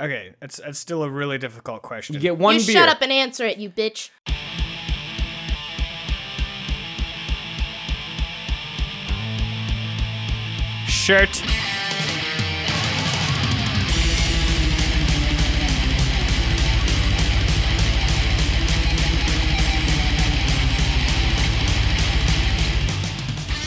Okay, it's it's still a really difficult question. You get one you beer. shut up and answer it, you bitch. Shirt.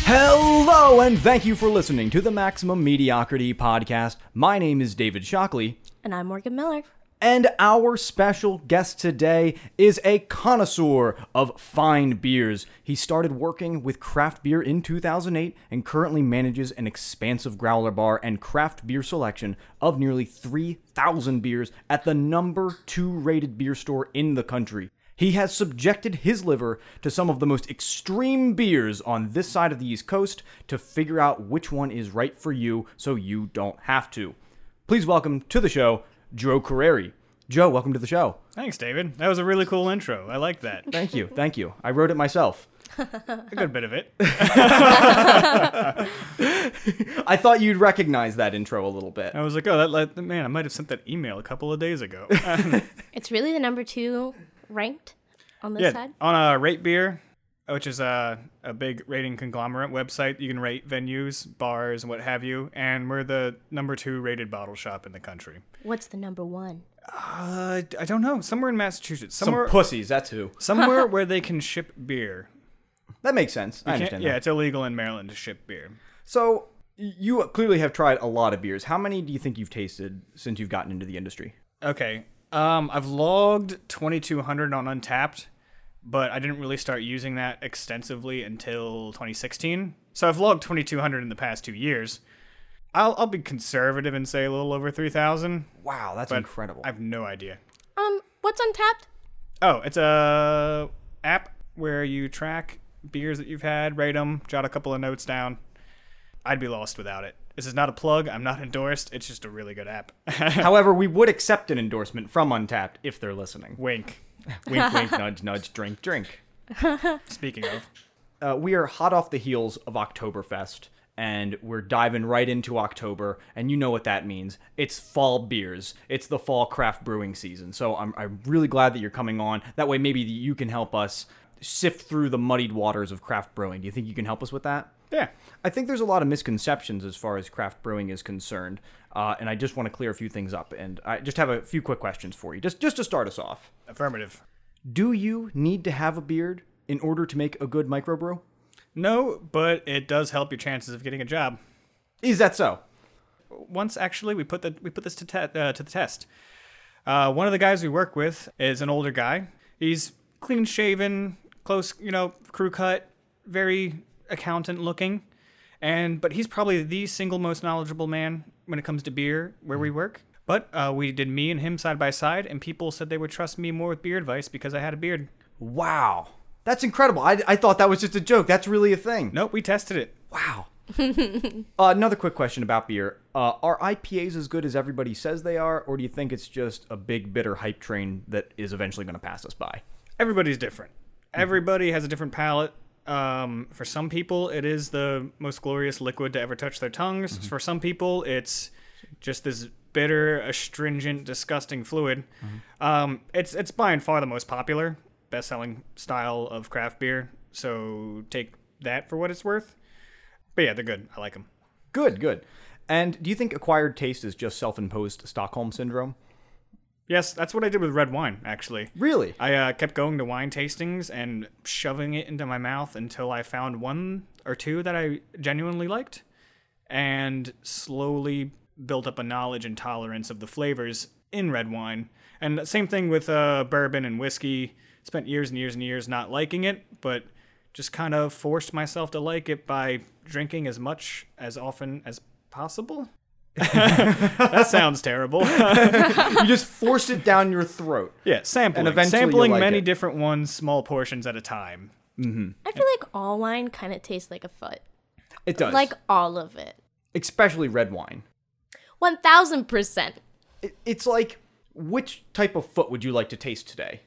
Hello, and thank you for listening to the Maximum Mediocrity Podcast. My name is David Shockley, And I'm Morgan Miller. and our special guest today is a connoisseur of fine beers. He started working with craft beer in 2008 and currently manages an expansive growler bar and craft beer selection of nearly 3,000 beers at the number two rated beer store in the country. He has subjected his liver to some of the most extreme beers on this side of the East Coast to figure out which one is right for you so you don't have to. Please welcome to the show, Joe Carreri. Joe, welcome to the show. Thanks, David. That was a really cool intro. I like that. Thank you. Thank you. I wrote it myself. A good bit of it. I thought you'd recognize that intro a little bit. I was like, oh, that, that man, I might have sent that email a couple of days ago. It's really the number two ranked on this yeah, side. on a uh, Rate Beer, which is a a big rating conglomerate website. You can rate venues, bars, and what have you. And we're the number two rated bottle shop in the country. What's the number one? Uh, I don't know. Somewhere in Massachusetts. Some Somewhere. pussies, that's who. somewhere where they can ship beer. That makes sense. I Can't- understand yeah, that. it's illegal in Maryland to ship beer. So, you clearly have tried a lot of beers. How many do you think you've tasted since you've gotten into the industry? Okay. Um, I've logged 2200 on Untapped, but I didn't really start using that extensively until 2016. So I've logged 2200 in the past two years. I'll, I'll be conservative and say a little over 3000. Wow, that's but incredible. I have no idea. Um, what's untapped? Oh, it's a app where you track beers that you've had, rate them, jot a couple of notes down. I'd be lost without it. This is not a plug. I'm not endorsed. It's just a really good app. However, we would accept an endorsement from Untapped if they're listening. Wink. wink, wink, nudge, nudge, drink, drink. Speaking of. uh, we are hot off the heels of Oktoberfest, and we're diving right into October, and you know what that means. It's fall beers. It's the fall craft brewing season. So I'm, I'm really glad that you're coming on. That way, maybe you can help us sift through the muddied waters of craft brewing. Do you think you can help us with that? Yeah. I think there's a lot of misconceptions as far as craft brewing is concerned, uh, and I just want to clear a few things up. And I just have a few quick questions for you, just just to start us off. Affirmative. Do you need to have a beard in order to make a good microbrew? No, but it does help your chances of getting a job. Is that so? Once actually, we put the we put this to te- uh, to the test. Uh, one of the guys we work with is an older guy. He's clean shaven, close, you know, crew cut, very accountant looking, and but he's probably the single most knowledgeable man when it comes to beer where we work. But uh, we did me and him side by side, and people said they would trust me more with beer advice because I had a beard. Wow. That's incredible. I, I thought that was just a joke. That's really a thing. Nope, we tested it. Wow. uh, another quick question about beer. Uh, are IPAs as good as everybody says they are, or do you think it's just a big, bitter hype train that is eventually going to pass us by? everybody's different. Everybody has a different palate. Um, for some people, it is the most glorious liquid to ever touch their tongues. For some people, it's just this bitter, astringent, disgusting fluid. Um, it's it's by and far the most popular, best-selling style of craft beer. So take that for what it's worth. But yeah, they're good. I like them. Good, good. And do you think acquired taste is just self imposed Stockholm syndrome? Yes, that's what I did with red wine. Actually, Really? I uh, kept going to wine tastings and shoving it into my mouth until I found one or two that I genuinely liked, and slowly built up a knowledge and tolerance of the flavors in red wine. And same thing with uh, bourbon and whiskey. Spent years and years and years not liking it, but just kind of forced myself to like it by drinking as much as often as possible. That sounds terrible. you just forced it down your throat. yeah, sampling. eventually you'll sampling like many it. different ones, small portions at a time. I feel like all wine kind of tastes like a foot. It does. Like all of it. especially red wine. 1000%. It, it's like which type of foot would you like to taste today?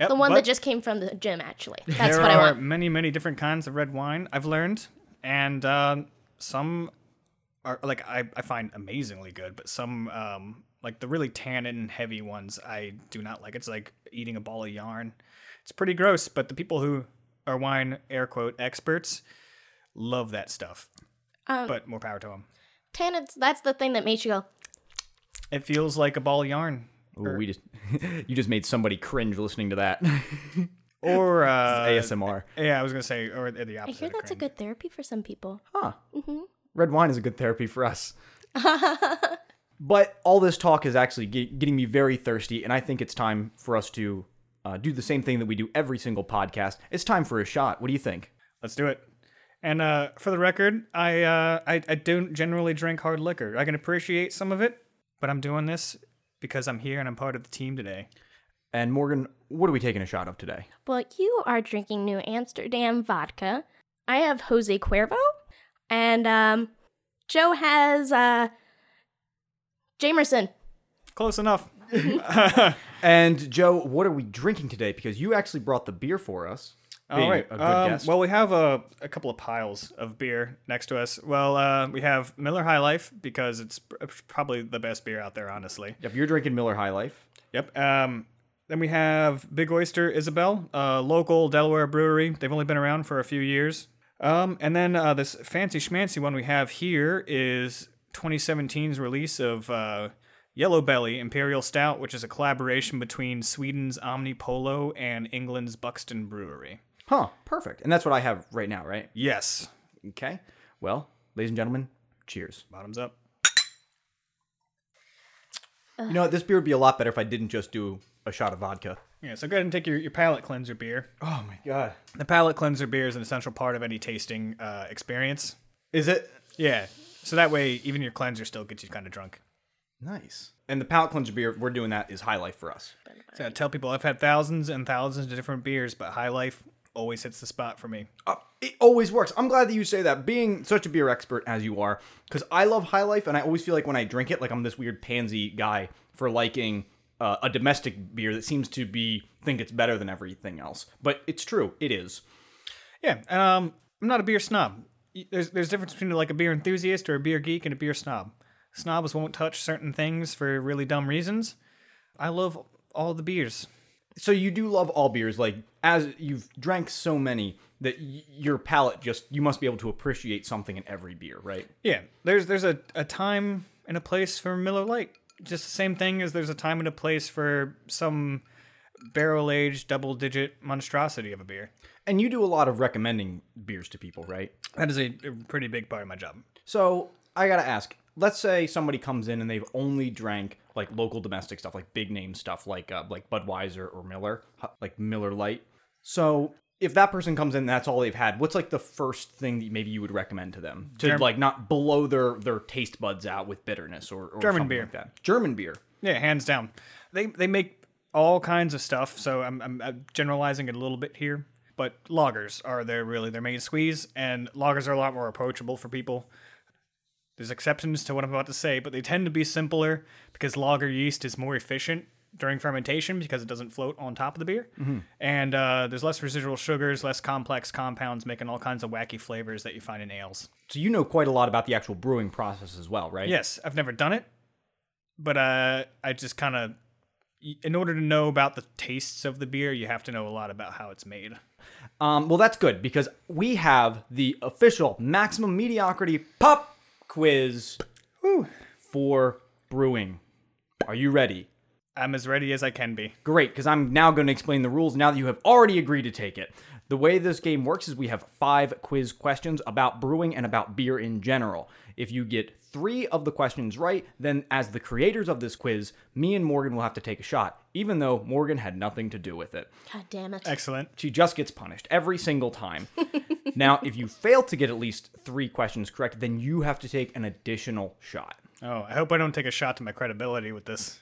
Yep, The one but that just came from the gym, actually. That's there what I are want. many, many different kinds of red wine I've learned, and um, some are like I, I find amazingly good, but some um, like the really tannin heavy ones I do not like. It's like eating a ball of yarn. It's pretty gross, but the people who are wine air quote experts love that stuff. Oh. but more power to them. Tannins, that's the thing that makes you go, It feels like a ball of yarn, Ooh, we just you just made somebody cringe listening to that or uh, ASMR. Yeah, I was gonna say, or the I opposite. hear of that's a cringe. good therapy for some people. Huh. Red wine is a good therapy for us. but all this talk is actually ge- getting me very thirsty, and I think it's time for us to uh, do the same thing that we do every single podcast. It's time for a shot. What do you think? Let's do it. And uh, for the record, I, uh, I I don't generally drink hard liquor. I can appreciate some of it, but I'm doing this because I'm here and I'm part of the team today. And Morgan, what are we taking a shot of today? Well, you are drinking New Amsterdam vodka. I have Jose Cuervo, and um, Joe has uh, Jamerson. Close enough. And Joe, what are we drinking today? Because you actually brought the beer for us. All being right. a good um, guest. Well, we have a, a couple of piles of beer next to us. Well, uh, we have Miller High Life because it's pr- probably the best beer out there, honestly. Yep, you're drinking Miller High Life. Yep. Um, then we have Big Oyster Isabel, a local Delaware brewery. They've only been around for a few years. Um, and then uh, this fancy schmancy one we have here is 2017's release of uh, Yellow Belly Imperial Stout, which is a collaboration between Sweden's Omni Polo and England's Buxton Brewery. Huh, perfect. And that's what I have right now, right? Yes. Okay. Well, ladies and gentlemen, cheers. Bottoms up. You know what? This beer would be a lot better if I didn't just do a shot of vodka. Yeah, so go ahead and take your, your palate cleanser beer. Oh my god. The palate cleanser beer is an essential part of any tasting uh, experience. Is it Yeah. So that way, even your cleanser still gets you kind of drunk. nice? And the palate cleanser beer we're doing that is high life for us. So I tell people I've had thousands and thousands of different beers, but High Life always hits the spot for me. Uh, it always works. I'm glad that you say that. Being such a beer expert as you are, because I love high life, and I always feel like when I drink it, like I'm this weird pansy guy for liking uh, a domestic beer that seems to be think it's better than everything else. But it's true. It is. Yeah, and um, I'm not a beer snob. Y- There's there's a difference between like a beer enthusiast or a beer geek and a beer snob. Snobs won't touch certain things for really dumb reasons. I love all the beers. so you do love all beers like as you've drank so many that y- your palate just you must be able to appreciate something in every beer right Yeah, there's there's a, a time and a place for Miller Lite. Just the same thing as there's a time and a place for some barrel aged double digit monstrosity of a beer. and you do a lot of recommending beers to people right That is a, a pretty big part of my job. so i gotta ask let's say somebody comes in and they've only drank like local domestic stuff like big name stuff like uh, like budweiser or miller hu- like miller light so if that person comes in and that's all they've had what's like the first thing that maybe you would recommend to them to Germ- like not blow their their taste buds out with bitterness or, or German something beer. like that german beer Yeah, hands down. They they make all kinds of stuff. So I'm I'm, I'm generalizing it a little bit here, but loggers are their really their main squeeze, and loggers are a lot more approachable for people. There's exceptions to what I'm about to say, but they tend to be simpler because lager yeast is more efficient during fermentation because it doesn't float on top of the beer, and uh, there's less residual sugars, less complex compounds, making all kinds of wacky flavors that you find in ales. So you know quite a lot about the actual brewing process as well, right? Yes, I've never done it, but uh, I just kind of, in order to know about the tastes of the beer, you have to know a lot about how it's made. Um, well, that's good because we have the official maximum mediocrity pop quiz for brewing. Are you ready? I'm as ready as I can be. Great, because I'm now going to explain the rules now that you have already agreed to take it. The way this game works is we have five quiz questions about brewing and about beer in general. If you get three of the questions right, then as the creators of this quiz, me and Morgan will have to take a shot, even though Morgan had nothing to do with it. God damn it. Excellent. She just gets punished every single time. now, if you fail to get at least three questions correct, then you have to take an additional shot. Oh, I hope I don't take a shot to my credibility with this.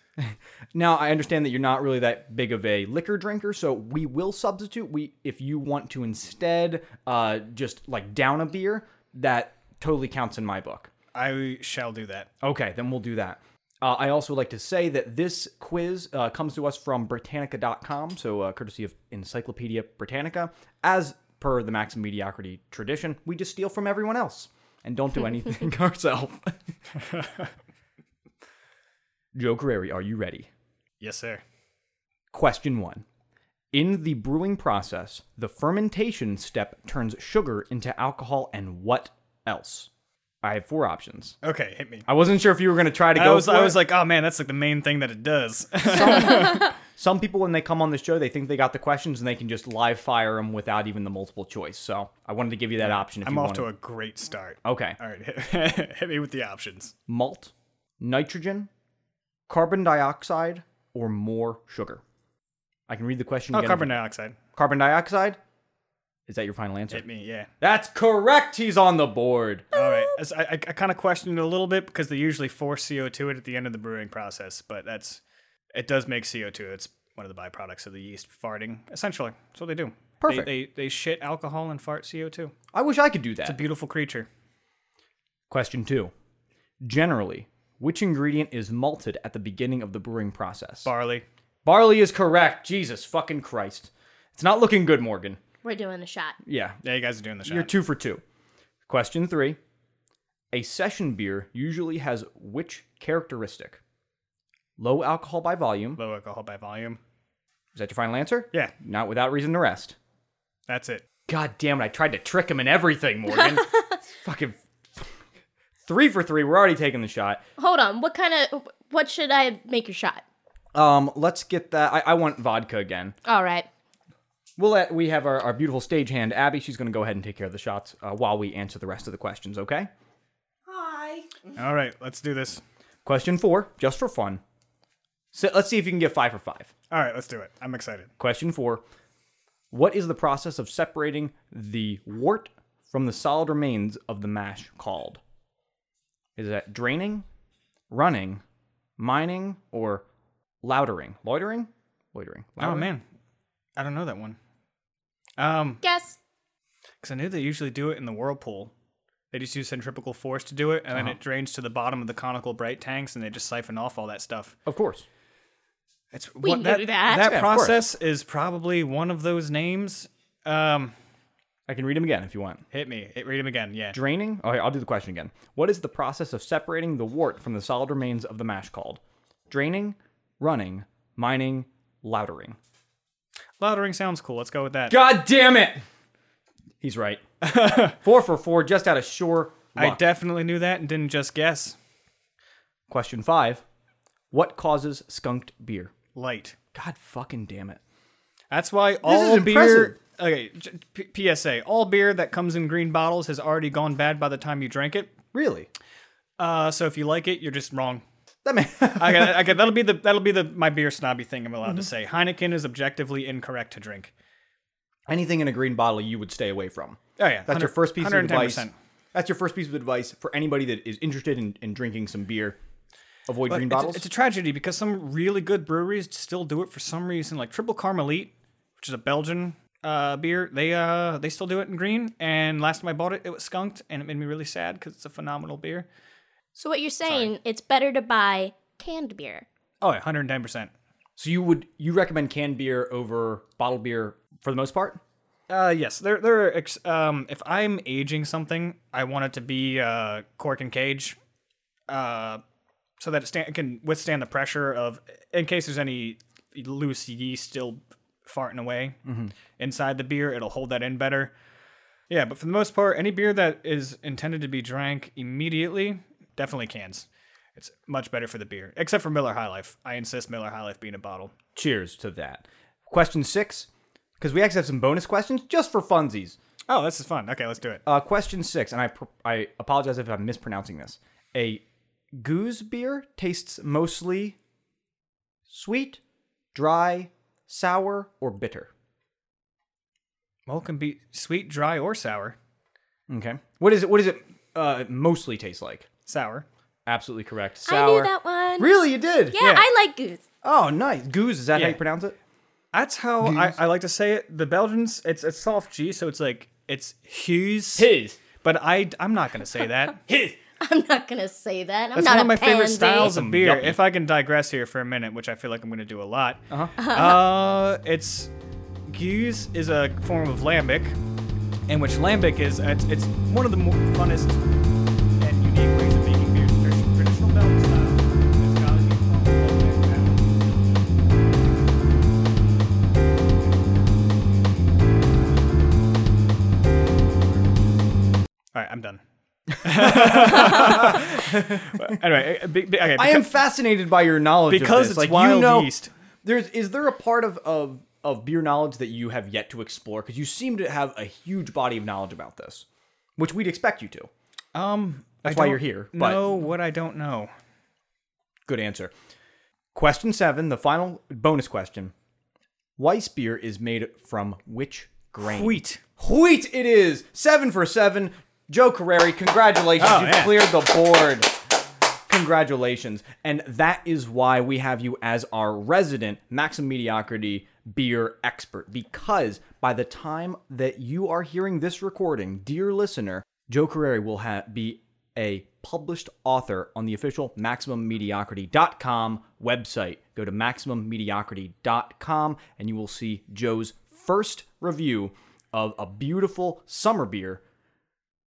Now, I understand that you're not really that big of a liquor drinker, so we will substitute. We, if you want to instead, uh, just like down a beer, that totally counts in my book. I shall do that. Okay, then we'll do that. Uh, I also like to say that this quiz uh, comes to us from Britannica.com, so uh, courtesy of Encyclopedia Britannica. As per the Max Mediocrity tradition, we just steal from everyone else and don't do anything ourselves. Joe Carreri, are you ready? Yes, sir. Question one. In the brewing process, the fermentation step turns sugar into alcohol and what else? I have four options. Okay, hit me. I wasn't sure if you were going to try to I go. was for I it. was like, oh man, that's like the main thing that it does. some people when they come on the show, they think they got the questions and they can just live fire them without even the multiple choice. So I wanted to give you that option. If I'm you off wanted. to a Uh, great start. okay. All right, hit, hit me with the options. Malt, nitrogen, carbon dioxide, or more sugar. I can read the question. Oh, again. carbon dioxide. Carbon dioxide. Is that your final answer? Hit me, yeah. That's correct. He's on the board. All right. As- I, I, I kind of questioned it a little bit because they usually force CO2 it at the end of the brewing process, but that's it does make CO2. It's one of the byproducts of the yeast farting. Essentially, that's what they do. They- Perfect. They, they, shit alcohol and fart CO2. I wish I could do that. It's a beautiful creature. Question two. Generally, which ingredient is malted at the beginning of the brewing process? Barley. Barley is correct. Jesus fucking Christ. It's not looking good, Morgan. We're doing a shot. Yeah, Yeah, you guys are doing the shot. you're two for two. Question three. A session beer usually has which characteristic? Low alcohol by volume. Low alcohol by volume. Is that your final answer? Yeah, Not without reason to rest. that's it. God damn it, I tried to trick him in everything, Morgan. fucking three for three. We're already taking the shot. Hold on. What kind of. What should I make your shot? Um, let's get that. I, I want vodka again. All right. We'll let we have our, our beautiful stagehand Abby. She's going to go ahead and take care of the shots uh, while we answer the rest of the questions. Okay. All right, let's do this. Question four, just for fun. So let's see if you can get five for five. All right, let's do it. I'm excited. Question four: What is the process of separating the wort from the solid remains of the mash called? Is that draining, running, mining, or loitering? Loitering, loitering. Oh Loitering? man, I don't know that one. Um, Guess. because I knew they usually do it in the whirlpool. They just use centripetal force to do it, and then Uh-huh. it drains to the bottom of the conical bright tanks, and they just siphon off all that stuff. Of course. It's We what- knew that that. that Yeah, of course. process is probably one of those names. Um, I can read them again if you want. hit me. Hit, read them again. Yeah. Draining? Okay, I'll do the question again. What is the process of separating the wort from the solid remains of the mash called? Draining, running, mining, loutering. Loudering sounds cool. Let's go with that. God damn it! He's right. four for four, just out of sure I luck. definitely knew that and didn't just guess. question five. What causes skunked beer? Light. God fucking damn it. That's why all is beer. Okay. j- P- PSA: All beer that comes in green bottles has already gone bad by the time you drank it. Really? Uh, so if you like it, you're just wrong. That man. I got, I got, that'll be the that'll be the my beer snobby thing I'm allowed Mm-hmm. to say. Heineken is objectively incorrect to drink. Anything in a green bottle you would stay away from. Oh yeah, That's 100 your first piece of 110%. advice. That's your first piece of advice for anybody that is interested in, in drinking some beer. Avoid But green it's, bottles. it's a tragedy because some really good breweries still do it for some reason. Like Triple Carmelite, which is a Belgian uh, beer, they uh they still do it in green. And last time I bought it, it was skunked, and it made me really sad because it's a phenomenal beer. So what you're saying, it's better to buy canned beer. Oh, yeah, 110. percent So you would you recommend canned beer over bottled beer for the most part? Uh, yes, there, there. Are ex- um, if I'm aging something, I want it to be uh, cork and cage, uh, so that it stand- can withstand the pressure of, in case there's any loose yeast still farting away inside the beer, it'll hold that in better. Yeah, but for the most part, any beer that is intended to be drank immediately, definitely cans. It's much better for the beer, except for Miller High Life. I insist Miller High Life being a bottle. Cheers to that. Question six, because we actually have some bonus questions just for funsies. Oh, this is fun. Okay, let's do it. Uh, question six, and I pr- I apologize if I'm mispronouncing this. A goose beer tastes mostly sweet, dry, sour, or bitter. Mole can be sweet, dry, or sour. Okay, what is it? What does it uh, mostly taste like? Sour. Absolutely correct. I Sour. knew that one. Really, you did? Yeah, Yeah. I like goose. Oh, nice. Goose. Is that how Yeah. you pronounce it? That's how I, I like to say it. The Belgians, it's a soft G, so it's like it's Hughes. His. But I, I'm not gonna say that. His. I'm not gonna say that. I'm That's not one of a my favorite pansy. styles Some of beer. yuppie. If I can digress here for a minute, which I feel like I'm gonna do a lot. Uh-huh. Uh, it's Guise is a form of lambic, in which lambic is it's, it's one of the more funnest and unique ways of making beer. Traditional, traditional Belgian style. It's got to be from lambic. All right, I'm done. anyway, uh, be, be- okay, I am fascinated by your knowledge of Because it's this. like, you wild know, yeast. There's is there a part of of of beer knowledge that you have yet to explore because you seem to have a huge body of knowledge about this, which we'd expect you to. Um, That's why you're here, but- Know what I don't know. Good answer. Question seven, the final bonus question: Weiss beer is made from which grain? Wheat. Wheat. It is seven for seven. Joe Carreri, congratulations! Oh, you yeah. cleared the board. Congratulations. And that is why we have you as our resident Maxim Mediocrity beer expert. Because by the time that you are hearing this recording, dear listener, Joe Carreri will ha- be a published author on the official MaximumMediocrity.com website. Go to MaximumMediocrity.com and you will see Joe's first review of a beautiful summer beer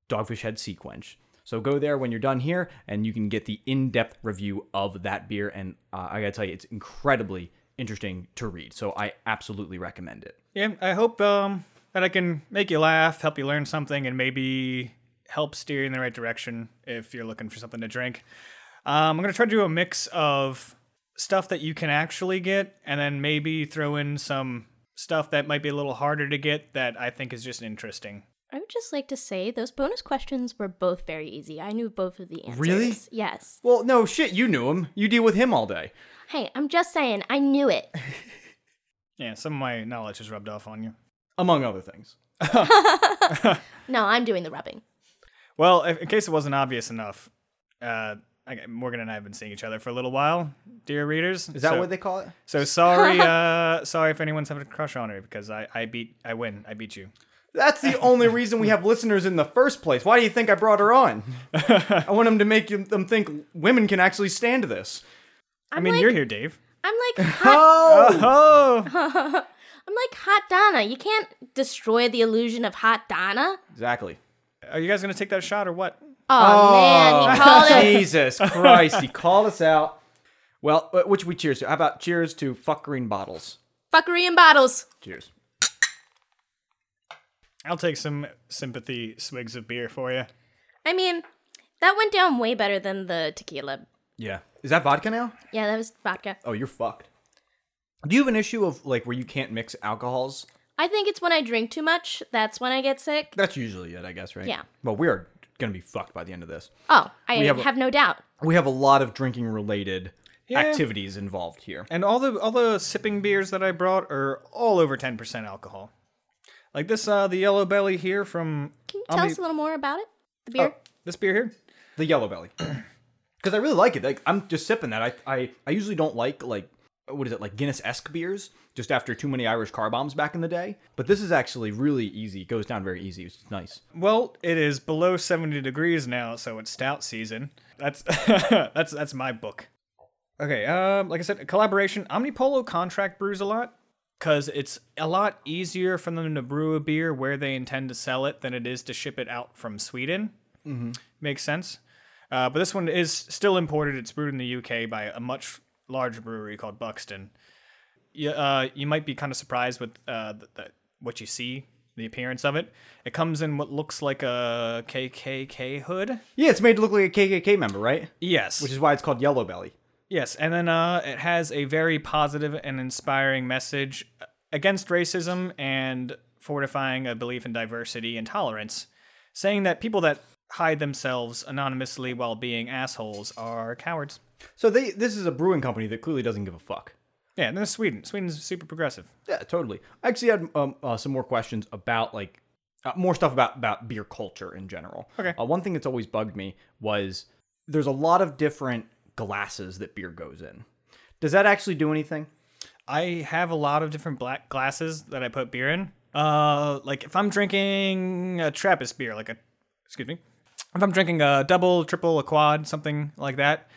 Dogfish Head Sequench. So go there when you're done here, and you can get the in-depth review of that beer. And uh, I gotta tell you, it's incredibly interesting to read. So I absolutely recommend it. Yeah, I hope um that I can make you laugh, help you learn something, and maybe help steer you in the right direction if you're looking for something to drink. Um, I'm gonna try to do a mix of stuff that you can actually get, and then maybe throw in some stuff that might be a little harder to get that I think is just interesting. I would just like to say those bonus questions were both very easy. I knew both of the answers. Really? Yes. Well, no shit, you knew him. You deal with him all day. Hey, I'm just saying, I knew it. Yeah, some of my knowledge has rubbed off on you. Among other things. No, I'm doing the rubbing. Well, if, in case it wasn't obvious enough, uh, I, Morgan and I have been seeing each other for a little while, dear readers. Is that what they call it? So sorry, uh, sorry if anyone's having a crush on her because I, I beat, I win, I beat you. That's the only reason we have listeners in the first place. Why do you think I brought her on? I want them to make them them think women can actually stand this. I'm i mean, like, you're here, Dave. I'm like hot. Oh, I'm like hot Donna. You can't destroy the illusion of hot Donna. Exactly. are you guys gonna take that shot or what? Oh, man, you called it. Jesus Christ, he called us out. Well, wh- which we cheers to? How about cheers to fuck green bottles? Fuckery in bottles. Cheers. I'll take some sympathy swigs of beer for you. I mean, that went down way better than the tequila. Yeah. Is that vodka now? Yeah, that was vodka. Oh, you're fucked. Do you have an issue of like where you can't mix alcohols? I think it's when I drink too much. That's when I get sick. That's usually it, I guess, right? Yeah. Well, we are going to be fucked by the end of this. Oh, I We have have, a- no doubt. We have a lot of drinking related Yeah. activities involved here. And all the all the sipping beers that I brought are all over 10% alcohol. Like this, uh, the Yellow Belly here from Can you on tell the- us a little more about it? The Oh. beer? this beer here. The yellow belly. Cuz I really like it. Like I'm just sipping that. I I I usually don't like like what is it? Like Guinness-esque beers just after too many Irish car bombs back in the day. But this is actually really easy. It goes down very easy. It's nice. Well, it is below 70 degrees now, so it's stout season. That's that's that's my book. Okay, um, like I said, collaboration. Omnipolo contract brews a lot because it's a lot easier for them to brew a beer where they intend to sell it than it is to ship it out from Sweden. Mm-hmm. Makes sense. Uh, but this one is still imported. It's brewed in the UK by a much larger brewery called Buxton. You, uh, you might be kind of surprised with uh, the, the, what you see the appearance of it. It comes in what looks like a KKK hood. Yeah, it's made to look like a KKK member, right? Yes. Which is why it's called Yellow Belly. Yes, and then uh, it has a very positive and inspiring message against racism and fortifying a belief in diversity and tolerance, saying that people that hide themselves anonymously while being assholes are cowards. So they this is a brewing company that clearly doesn't give a fuck. Yeah, and then Sweden. Sweden's super progressive. Yeah, totally. I actually had um, uh, some more questions about like uh, more stuff about about beer culture in general. Okay. Uh, one thing that's always bugged me was there's a lot of different glasses that beer goes in. Does that actually do anything? I have a lot of different black glasses that I put beer in. Uh, like if I'm drinking a Trappist beer, like a, excuse me, if I'm drinking a double, triple, a quad, something like that,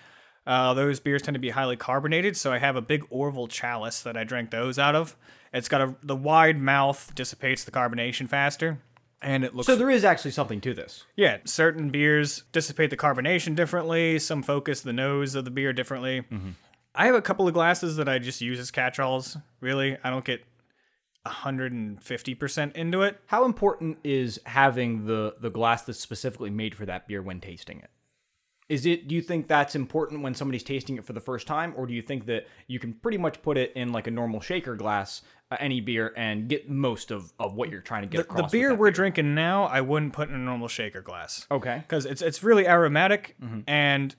uh, those beers tend to be highly carbonated. So I have a big Orville chalice that I drink those out of. It's got a the wide mouth dissipates the carbonation faster, and it looks So there is actually something to this. yeah, certain beers dissipate the carbonation differently. Some focus the nose of the beer differently. Mm-hmm. I have a couple of glasses that I just use as catchalls. Really, I don't get 150% into it. How important is having the the glass that's specifically made for that beer when tasting it? Is it do you think that's important when somebody's tasting it for the first time or do you think that you can pretty much put it in like a normal shaker glass uh, any beer and get most of of what you're trying to get The across? beer with we're drinking now, I wouldn't put in a normal shaker glass. that? Okay. Because it's, it's really aromatic. Mm-hmm. And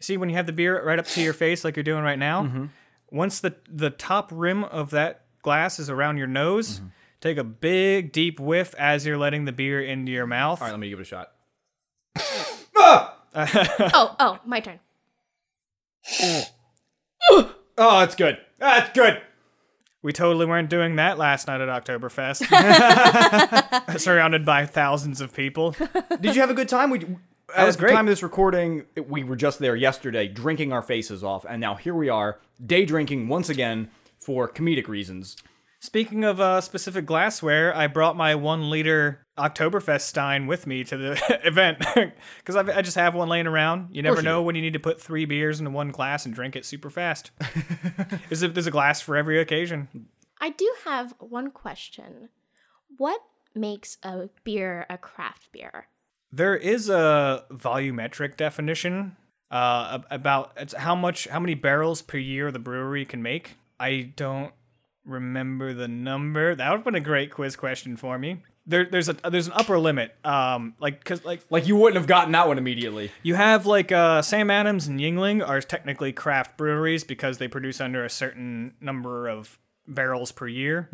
see, when you have the beer right up to your face, like you're doing right now, Mm-hmm. once the, the top rim of that glass is around your nose, Mm-hmm. take a big, deep whiff as you're letting the beer into your mouth. All right, let me give it a shot. oh, oh, my turn. Oh, that's good. That's good. We totally weren't doing that last night at Oktoberfest. Surrounded by thousands of people. Did you have a good time? We at was the great. time of this recording, it- we were just there yesterday, drinking our faces off, and now here we are, day drinking once again for comedic reasons. Speaking of uh, specific glassware, I brought my one liter Oktoberfest Stein with me to the event because I just have one laying around. You never you know when you need to put three beers into one glass and drink it super fast. there's, a, there's a glass for every occasion. I do have one question. What makes a beer a craft beer? There is a volumetric definition uh, ab- about it's how much, how many barrels per year the brewery can make. I don't remember the number. That would have been a great quiz question for me. There, there's a there's an upper limit. Um, like cause like Like you wouldn't have gotten that one immediately. you have like uh, Sam Adams and Yingling are technically craft breweries because they produce under a certain number of barrels per year.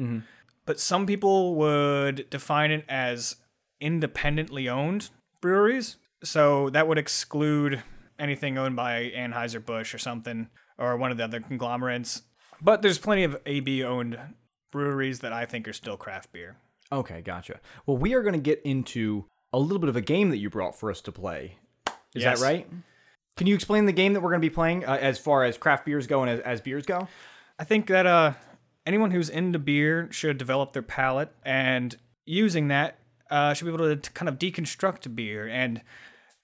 But some people would define it as independently owned breweries. So that would exclude anything owned by Anheuser-Busch or something or one of the other conglomerates. But there's plenty of AB owned breweries that I think are still craft beer. Okay, gotcha. Well, we are going to get into a little bit of a game that you brought for us to play. Is Yes. that right? Can you explain the game that we're going to be playing uh, as far as craft beers go and as, as beers go? I think that uh, anyone who's into beer should develop their palate, and using that uh, should be able to t- kind of deconstruct a beer and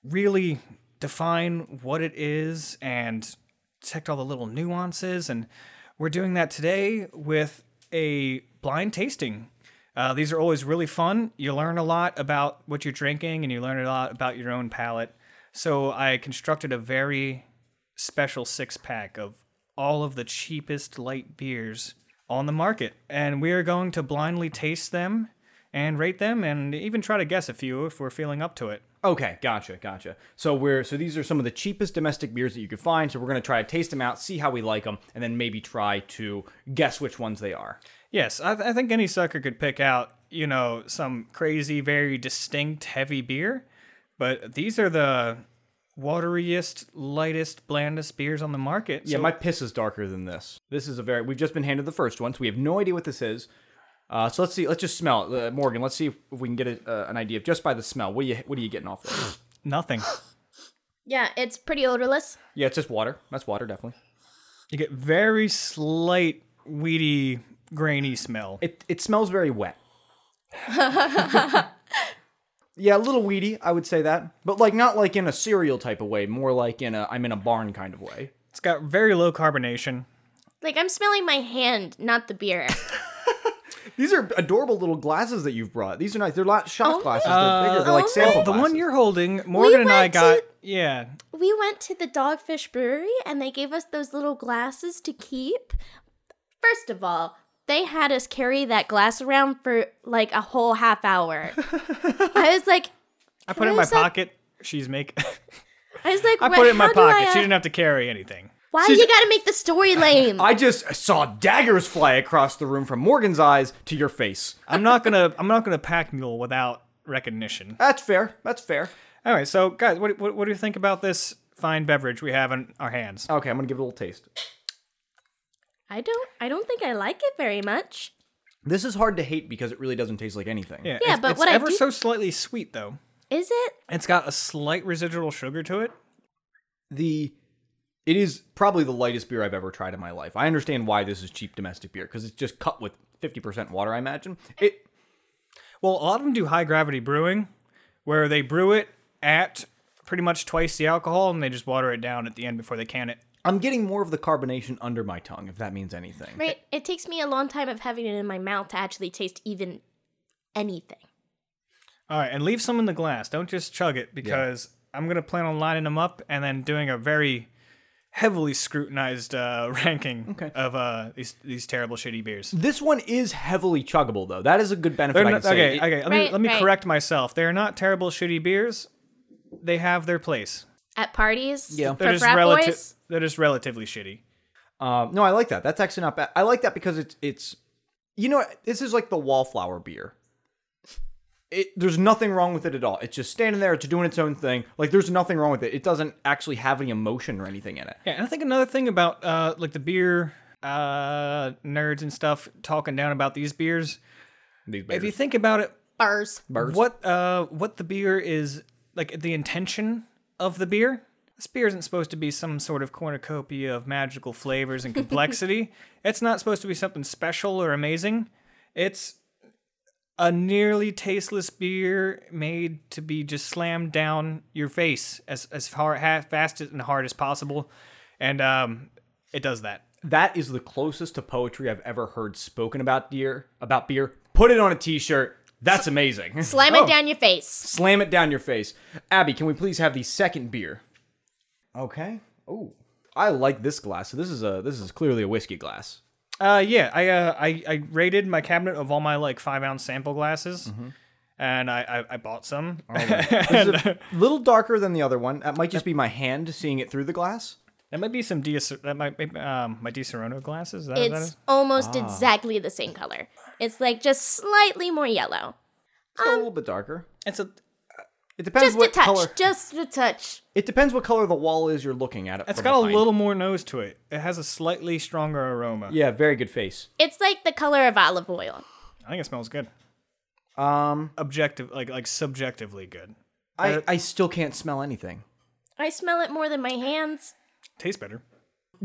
really define what it is and detect all the little nuances. And we're doing that today with a blind tasting. Uh, these are always really fun. You learn a lot about what you're drinking, and you learn a lot about your own palate. So I constructed a very special six pack of all of the cheapest light beers on the market. And we are going to blindly taste them and rate them and even try to guess a few if we're feeling up to it. Okay, gotcha, gotcha. So we're so these are some of the cheapest domestic beers that you could find. So we're gonna try to taste them out, see how we like them, and then maybe try to guess which ones they are. Yes, I, th- I think any sucker could pick out, you know, some crazy, very distinct heavy beer, but these are the wateriest, lightest, blandest beers on the market. yeah, so- my piss is darker than this. This is a very. We've just been handed the first one, so we have no idea what this is. Uh, so let's see. Let's just smell it, uh, Morgan. Let's see if we can get a, uh, an idea of just by the smell. What are you What are you getting off? Of? nothing. Yeah, it's pretty odorless. yeah, it's just water. That's water, definitely. You get very slight, weedy, grainy smell. It It smells very wet. yeah, a little weedy. I would say that, but like not like in a cereal type of way. More like in a I'm in a barn kind of way. It's got very low carbonation. Like I'm smelling my hand, not the beer. These are adorable little glasses that you've brought. These are nice. They're not shot Oh, glasses. wait. They're bigger. They're Uh, like oh, sample wait. The glasses. one you're holding, Morgan and I went to- got. Yeah. We went to the Dogfish Brewery and they gave us those little glasses to keep. First of all, they had us carry that glass around for like a whole half hour. I was like, I put it in Where my is that- pocket. She's make. I was like, I "Wha- put it in my how do I, pocket. uh, She didn't have to carry anything. why she's- you gotta make the story lame? I just saw daggers fly across the room from Morgan's eyes to your face. I'm not gonna. I'm not gonna pack mule without recognition. That's fair. That's fair. All right, so guys, what, what what do you think about this fine beverage we have in our hands? Okay, I'm gonna give it a little taste. I don't. I don't think I like it very much. This is hard to hate because it really doesn't taste like anything. Yeah, Yeah, it's, but it's what I ever do- so slightly sweet though. Is it? It's got a slight residual sugar to it. The it is probably the lightest beer I've ever tried in my life. I understand why this is cheap domestic beer because it's just cut with 50% water. I imagine it. Well, a lot of them do high gravity brewing, where they brew it at pretty much twice the alcohol and they just water it down at the end before they can it. I'm getting more of the carbonation under my tongue, if that means anything. Right. It takes me a long time of having it in my mouth to actually taste even anything. All right, and leave some in the glass. Don't just chug it because I'm gonna plan on lining them up and then doing a very heavily scrutinized uh, ranking of uh, these these terrible shitty beers. This one is heavily chuggable, though. That is a good benefit. They're I not- can okay, say. It- okay. Let me Right, let me right. correct myself. They are not terrible shitty beers. They have their place. At parties, Yeah. for They're just frat relative. boys, They're just relatively shitty. Um, no, I like that. That's actually not bad. I like that because it's it's you know what? this is like the wallflower beer. It there's nothing wrong with it at all. It's just standing there. It's doing its own thing. Like there's nothing wrong with it. It doesn't actually have any emotion or anything in it. Yeah, and I think another thing about uh, like the beer uh, nerds and stuff talking down about these beers. These If you beers. think about it, bars. Burgers. what uh, what the beer is like the intention of the beer. This beer isn't supposed to be some sort of cornucopia of magical flavors and complexity. it's not supposed to be something special or amazing. It's a nearly tasteless beer made to be just slammed down your face as as far ha- fast and hard as possible, and um, it does that. that is the closest to poetry I've ever heard spoken about beer. About beer. Put it on a t-shirt. That's amazing. Slam Oh. it down your face. Slam it down your face. Abby, can we please have the second beer? Okay. Oh, I like this glass. So this is a this is clearly a whiskey glass. Uh, yeah, I, uh, I I raided my cabinet of all my like five ounce sample glasses, Mm-hmm. and I, I I bought some. Oh. This is a little darker than the other one. That might just be my hand seeing it through the glass. that might be some Dia. That might be um my Di Serrano glasses. Is that, Ah. that It's is? almost exactly the same color. It's like just slightly more yellow. It's a little bit darker. It's a It depends um, Just a what touch. color. Just a touch. It depends what color the wall is you're looking at it. it's from got a behind. little more nose to it. It has a slightly stronger aroma. Yeah, very good face. It's like the color of olive oil. I think it smells good. Um, Objective, like like subjectively good. I I still can't smell anything. I smell it more than my hands. Tastes better.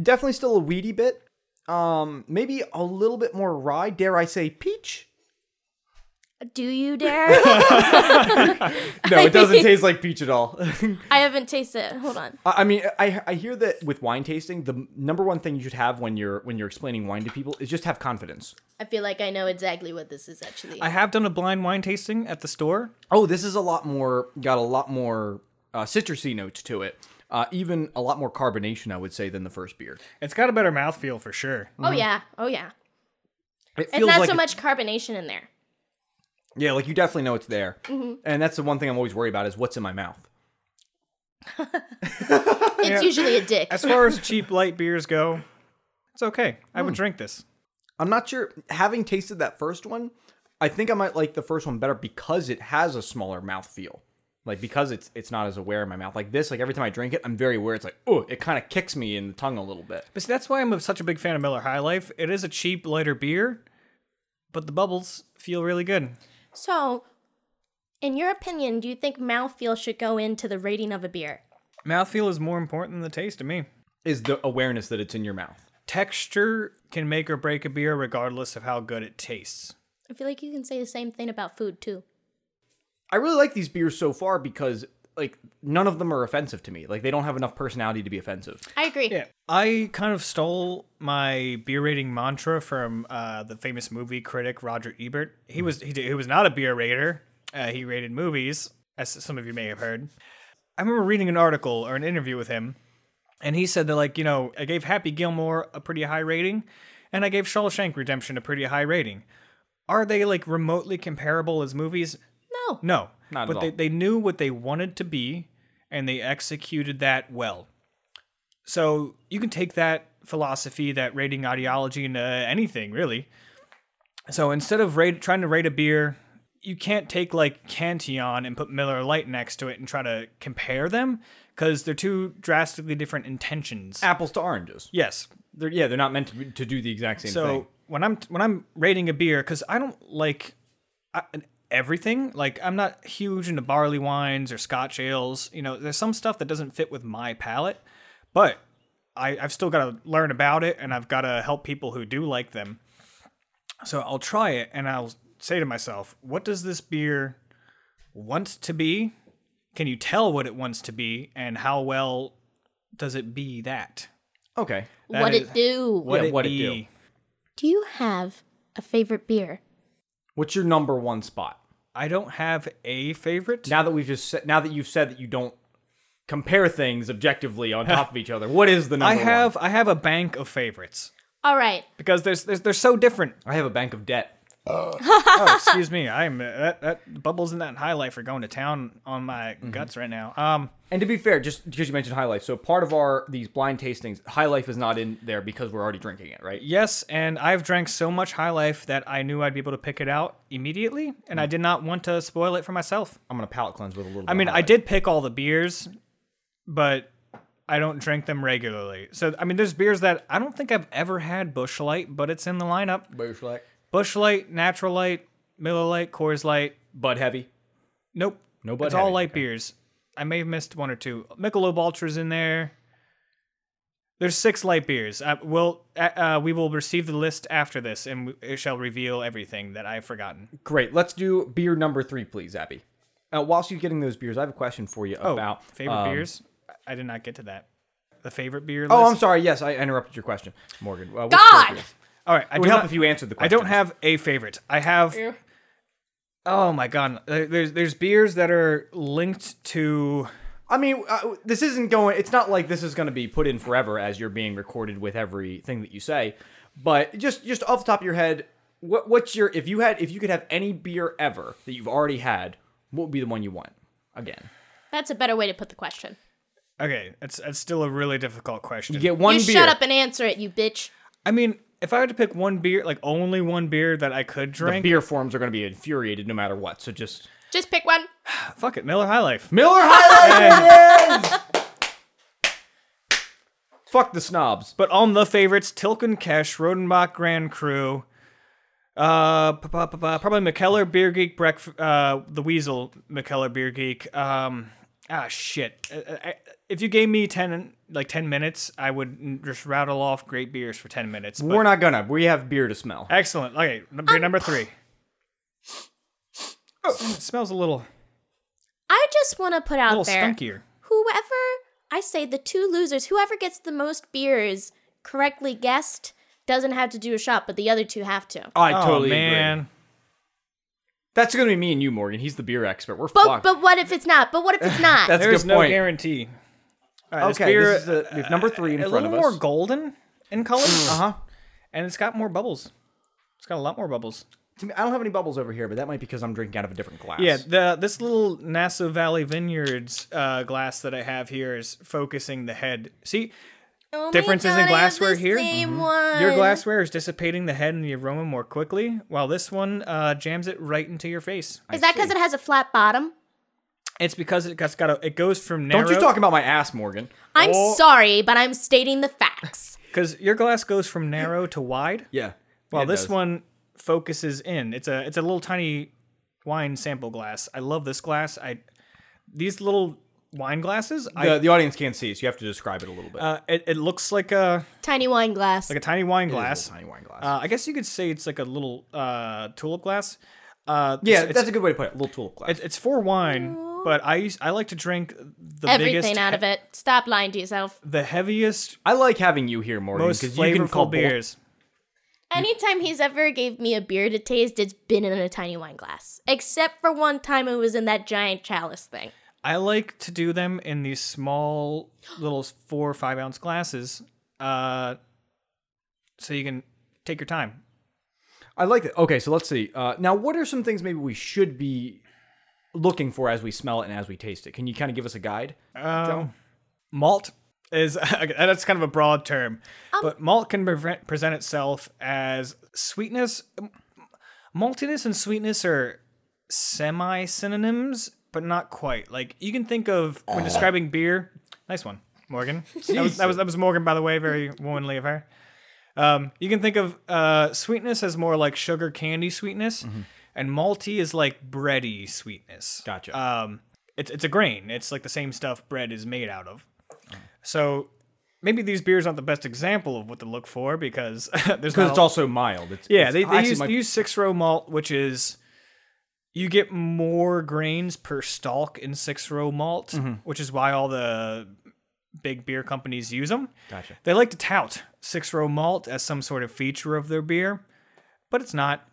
Definitely still a weedy bit. Um, maybe a little bit more rye. Dare I say peach? Do you dare? No, it doesn't taste like peach at all. I haven't tasted it. Hold on. I I mean, I I hear that with wine tasting, the number one thing you should have when you're when you're explaining wine to people is just have confidence. I feel like I know exactly what this is actually. I have done a blind wine tasting at the store. Oh, this is a lot more. Got a lot more uh, citrusy notes to it. Uh, even a lot more carbonation, I would say, than the first beer. It's got a better mouthfeel for sure. oh yeah. Oh yeah. It It's not like so much carbonation in there. Yeah, like you definitely know it's there, Mm-hmm. and that's the one thing I'm always worried about is what's in my mouth. It's usually a dick. As far as cheap light beers go, it's okay. I Hmm. would drink this. I'm not sure. Having tasted that first one, I think I might like the first one better because it has a smaller mouthfeel. Like because it's it's not as aware in my mouth. Like this, like every time I drink it, I'm very aware. It's like oh, it kind of kicks me in the tongue a little bit. But see, that's why I'm such a big fan of Miller High Life. It is a cheap, lighter beer, but the bubbles feel really good. so, in your opinion, do you think mouthfeel should go into the rating of a beer? Mouthfeel is more important than the taste to me. Is the awareness that it's in your mouth? Texture can make or break a beer regardless of how good it tastes. I feel like you can say the same thing about food too. I really like these beers so far because like none of them are offensive to me. Like they don't have enough personality to be offensive. I agree. Yeah. I kind of stole my beer rating mantra from uh, the famous movie critic Roger Ebert. He was he, did- he was not a beer rater. Uh, he rated movies, as some of you may have heard. I remember reading an article or an interview with him, and he said that like you know I gave Happy Gilmore a pretty high rating, and I gave Shawshank Redemption a pretty high rating. Are they like remotely comparable as movies? No. No. Not at but they, all. they knew what they wanted to be and they executed that well. So you can take that philosophy, that rating ideology into anything really. So instead of rate, trying to rate a beer, you can't take like Canteon and put Miller Lite next to it and try to compare them because they're two drastically different intentions. Apples to oranges. Yes. They're, yeah, they're not meant to, be- to do the exact same So thing. when I'm when I'm rating a beer, because I don't like I, everything. Like I'm not huge into barley wines or Scotch ales. You know, there's some stuff that doesn't fit with my palate, but I, I've still got to learn about it, and I've got to help people who do like them. So I'll try it, and I'll say to myself, "What does this beer want to be? Can you tell what it wants to be, and how well does it be that?" Okay. That what is- it do? What it, what it be? do? Do you have a favorite beer? What's your number one spot? I don't have a favorite. Now that we've just said, now that you've said that you don't compare things objectively on top of each other, what is the number I one? have I have a bank of favorites All right. because there's, there's they're so different. I have a bank of debt. Oh, excuse me. I'm that, that bubbles in that high life are going to town on my guts right now. Um, And to be fair, just because you mentioned High Life, so part of our these blind tastings, High Life is not in there because we're already drinking it, right? yes, and I've drank so much high life that I knew I'd be able to pick it out immediately, and I did not want to spoil it for myself. I'm gonna palate cleanse with a little. Bit I mean, I did pick all the beers, but I don't drink them regularly. So I mean, there's beers that I don't think I've ever had Bush Light, but it's in the lineup. Bush Light, Bush Light, Natural Light, Miller Light, Coors Light, Bud Heavy. Nope. No Bud It's Heavy, all light beers. I may have missed one or two. Michelob Ultra's in there. There's six light beers. Uh, we'll, uh, uh, we will receive the list after this, and we, it shall reveal everything that I've forgotten. Great. Let's do beer number three, please, Abby. Uh, whilst you're getting those beers, I have a question for you Oh, about favorite um, beers. I did not get to that. The favorite beer. List? Oh, I'm sorry. Yes, I interrupted your question, Morgan. Uh, what's your God! beer? All right. I It do would help not- if you answered the I question. don't have a favorite. I have. Oh my god. There- There's there's beers that are linked to. I mean, uh, this isn't going. It's not like this is going to be put in forever as you're being recorded with everything that you say. But just just off the top of your head, what what's your if you had if you could have any beer ever that you've already had, what would be the one you want again? That's a better way to put the question. Okay, it's it's still a really difficult question. You get one you beer. shut up and answer it, you bitch. I mean, if I had to pick one beer, like only one beer that I could The drink, beer forms are going to be infuriated no matter what. So just Just pick one. fuck it, Miller High Life. Miller High Life. it is! Fuck the snobs. But on the favorites, Tilken Kesh, Rodenbach Grand Cru, uh, pa- pa- pa- pa- probably McKellar Beer Geek, Brec- uh, the Weasel McKellar Beer Geek. Um, ah, shit. Uh, uh, I, if you gave me ten like ten minutes, I would n- just rattle off great beers for ten minutes. but- We're not gonna. We have beer to smell. excellent. Okay, n- beer number three. Um, Oh, it smells a little, I just want to put out little there. skunkier. whoever I say the two losers, whoever gets the most beers correctly guessed doesn't have to do a shot, but the other two have to. I oh totally man. agree. That's gonna be me and you, Morgan. He's the beer expert. We're But fucked. but what if it's not? But what if it's not? That's a There's good no point. guarantee. All right, this Okay, beer, this is the, we have number three in a front little of more us. golden in color, uh huh. and it's got more bubbles. It's got a lot more bubbles. I don't have any bubbles over here, but that might be because I'm drinking out of a different glass. Yeah, the this little Nassau Valley Vineyards uh, glass that I have here is focusing the head. See, Oh my differences in God, I have glassware the here? Mm-hmm. Same your one. glassware is dissipating the head and the aroma more quickly, while this one uh, jams it right into your face. Is that because it has a flat bottom? It's because it has got a, it goes from narrow. Don't you talk about my ass, Morgan? I'm Oh. sorry, but I'm stating the facts. because your glass goes from narrow to wide. Yeah. Well, this one focuses in. It's a it's a little tiny wine sample glass. I love this glass. I these little wine glasses. I The, the audience can't see, so you have to describe it a little bit. uh, it, it looks like a Tiny wine glass. like a tiny wine It is a little glass. tiny wine glass. Uh, I guess you could say it's like a little uh, tulip glass. Uh, yeah, it's, that's a good way to put it. Little tulip glass. it's, it's for wine, Oh. but I used, I like to drink the biggest, Everything out of it. Stop lying to yourself. the heaviest, I like having you here, Morgan, most because you can call flavorful beers. beers. Anytime he's ever gave me a beer to taste, it's been in a tiny wine glass. Except for one time it was in that giant chalice thing. I like to do them in these small little four or five ounce glasses, uh, so you can take your time. I like that. Okay, so let's see. Uh, now, what are some things maybe we should be looking for as we smell it and as we taste it? Can you kind of give us a guide? Um, malt is that's kind of a broad term, but malt can prevent, present itself as sweetness. M- Maltiness and sweetness are semi synonyms, but not quite. Like you can think of when describing beer. Nice one, Morgan. That was, that was that was Morgan, by the way. Very womanly of her. Um, you can think of uh, sweetness as more like sugar candy sweetness, and malty is like bready sweetness Gotcha. um, it's it's a grain. It's like the same stuff bread is made out of. So maybe these beers aren't the best example of what to look for because there's Because not it's a- also mild. It's, yeah it's- they, they actually, use my- they use six row malt, which is you get more grains per stalk in six row malt, Mm-hmm. which is why all the big beer companies use them. Gotcha. They like to tout six row malt as some sort of feature of their beer, but it's not.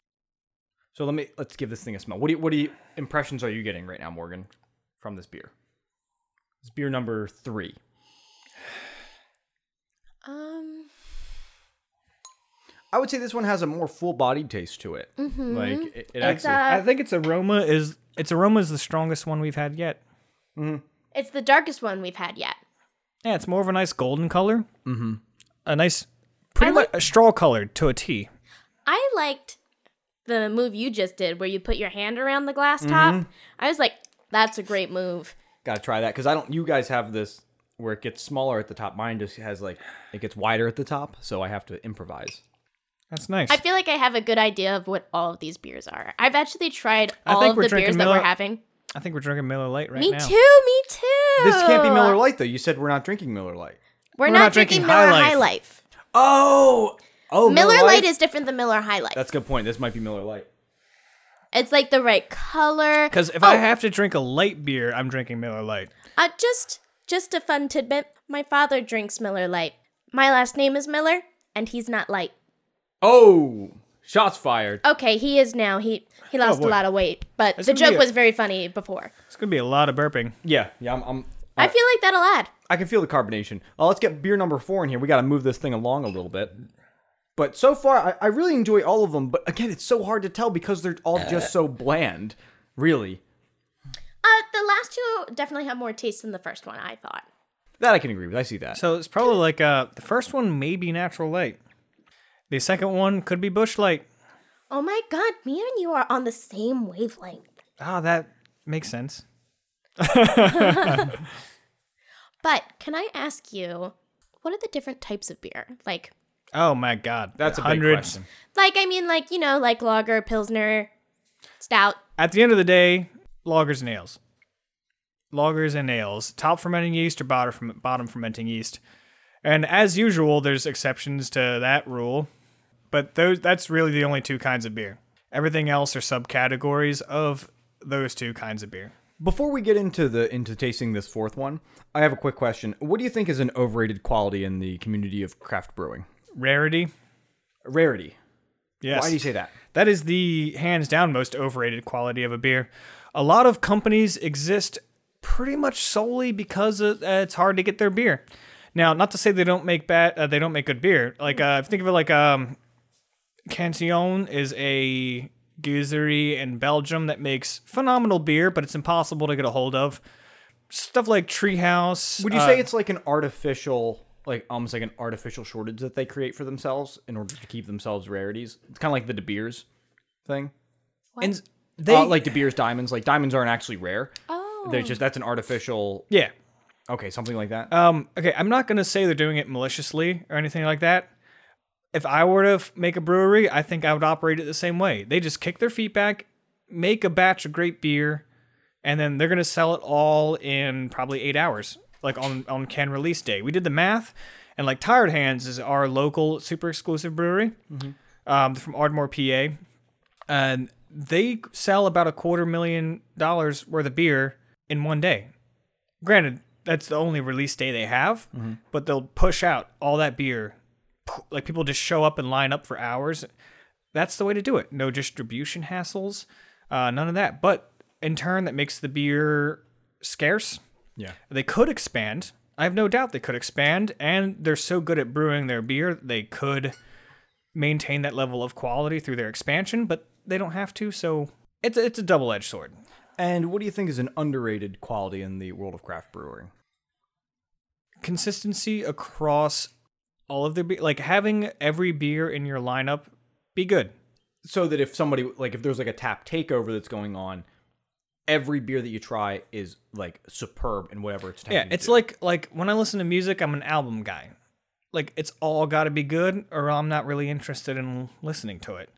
So let me let's give this thing a smell. What do you, what do you, impressions are you getting right now, Morgan, from this beer? It's beer number three. Um, I would say this one has a more full-bodied taste to it. Like it, it Mm-hmm. it's, actually. I uh, think its aroma is its aroma is the strongest one we've had yet. it's the darkest one we've had yet. Yeah, it's more of a nice golden color. Mm-hmm. A nice, I pretty much like- a straw colored to a T. I liked the move you just did where you put your hand around the glass Mm-hmm. top. I was like, that's a great move. Gotta try that because I don't. You guys have this where it gets smaller at the top. Mine just has like it gets wider at the top, so I have to improvise. That's nice. I feel like I have a good idea of what all of these beers are. I've actually tried I all think of we're the drinking beers that we're Miller- having. I think we're drinking Miller Lite right me now. too, me too. This can't be Miller Lite though. You said we're not drinking Miller Lite. We're, We're not, not drinking, drinking Miller High High Life. Life. Oh, oh, Miller Lite is different than Miller High Life. That's a good point. This might be Miller Lite. It's like the right color. Because if Oh, I have to drink a light beer, I'm drinking Miller Lite. uh, just just a fun tidbit. My father drinks Miller Lite. My last name is Miller, and he's not light. Oh, shots fired. Okay, he is now. He he lost a Oh, boy. lot of weight, but That's the gonna be joke a- was very funny before. It's gonna be a lot of burping. Yeah, yeah. I'm. I'm I feel like that'll add. I can feel the carbonation. Uh, let's get beer number four in here. We got to move this thing along a little bit. But so far, I, I really enjoy all of them. But again, it's so hard to tell because they're all just so bland. Really, Uh, the last two definitely have more taste than the first one. I thought. that I can agree with. I see that. So it's probably like uh, the first one may be Natural Light. The second one could be Bush Light. Oh my god, me and you are on the same wavelength. Ah, that makes sense. But can I ask you, what are the different types of beer? Like, Oh my God, That's a big hundreds. question. like I mean, like you know, like lager, pilsner, stout. At the end of the day, loggers and ales. Loggers and ales. Top fermenting yeast or bottom, ferm- bottom fermenting yeast. And as usual, there's exceptions to that rule. But those that's really the only two kinds of beer. Everything else are subcategories of those two kinds of beer. Before we get into the into tasting this fourth one, I have a quick question. What do you think is an overrated quality in the community of craft brewing? Rarity. Rarity. Yes. Why do you say that? That is the hands down most overrated quality of a beer. A lot of companies exist pretty much solely because of, uh, it's hard to get their beer. Now, not to say they don't make bad, uh, they don't make good beer. Like uh, if you think of it like um, Cancion is a geezery in Belgium that makes phenomenal beer, but it's impossible to get a hold of. Stuff like Treehouse. Would you uh, say it's like an artificial, like almost like an artificial shortage that they create for themselves in order to keep themselves rarities? It's kind of like the De Beers thing. and they They, like De Beers diamonds. Like diamonds aren't actually rare. Oh. They're just that's an artificial. yeah. Okay, something like that. Um, okay, I'm not gonna say they're doing it maliciously or anything like that. If I were to f- make a brewery, I think I would operate it the same way. They just kick their feet back, make a batch of great beer, and then they're gonna sell it all in probably eight hours, like on on can release day. We did the math, and like Tired Hands is our local super exclusive brewery, um, from Ardmore, PA, and they sell about a quarter million dollars worth of beer in one day. Granted, that's the only release day they have, but they'll push out all that beer. Like people just show up and line up for hours. That's the way to do it. No distribution hassles, uh, none of that. But in turn, that makes the beer scarce. Yeah. They could expand. I have no doubt they could expand, and they're so good at brewing their beer, they could maintain that level of quality through their expansion, but they don't have to, so it's a, it's a double-edged sword. And what do you think is an underrated quality in the world of craft brewing? Consistency across all of their beer, like having every beer in your lineup be good. So that if somebody like if there's like a tap takeover that's going on, every beer that you try is like superb in whatever it's Yeah, attempting to it's do. like like when I listen to music, I'm an album guy. Like it's all got to be good, or I'm not really interested in listening to it.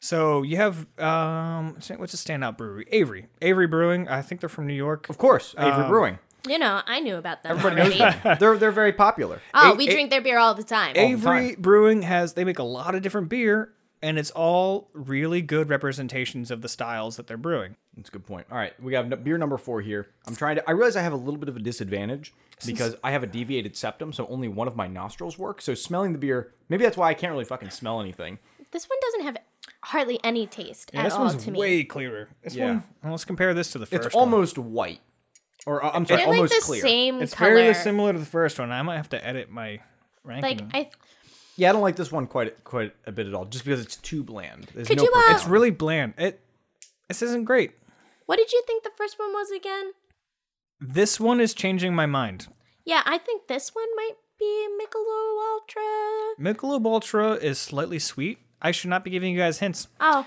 So you have um, what's a standout brewery? Avery, Avery Brewing. I think they're from New York. of course um, Avery Brewing. You know, I knew about them Everybody knows already. that. They're they're very popular. Oh, A- we a- drink their beer all the time. the Avery time. Brewing has they make a lot of different beer, and it's all really good representations of the styles that they're brewing. That's a good point. All right, we have n- beer number four here. I'm trying to. I realize I have a little bit of a disadvantage because I have a deviated septum, so only one of my nostrils works. So smelling the beer, maybe that's why I can't really fucking smell anything. This one doesn't have hardly any taste at this all one's to me. way clearer. This Yeah. one, well, let's compare this to the first. It's one. almost white, or uh, I'm sorry, They're like almost the clear. same It's color. very similar to the first one. I might have to edit my ranking. Like I Yeah, I don't like this one quite quite a bit at all, just because it's too bland. There's Could no you, uh, personality. It's really bland. It this isn't great. what did you think the first one was again? This one is changing my mind. Yeah, I think this one might be Michelob Ultra. Michelob Ultra is slightly sweet. I should not be giving you guys hints. Oh,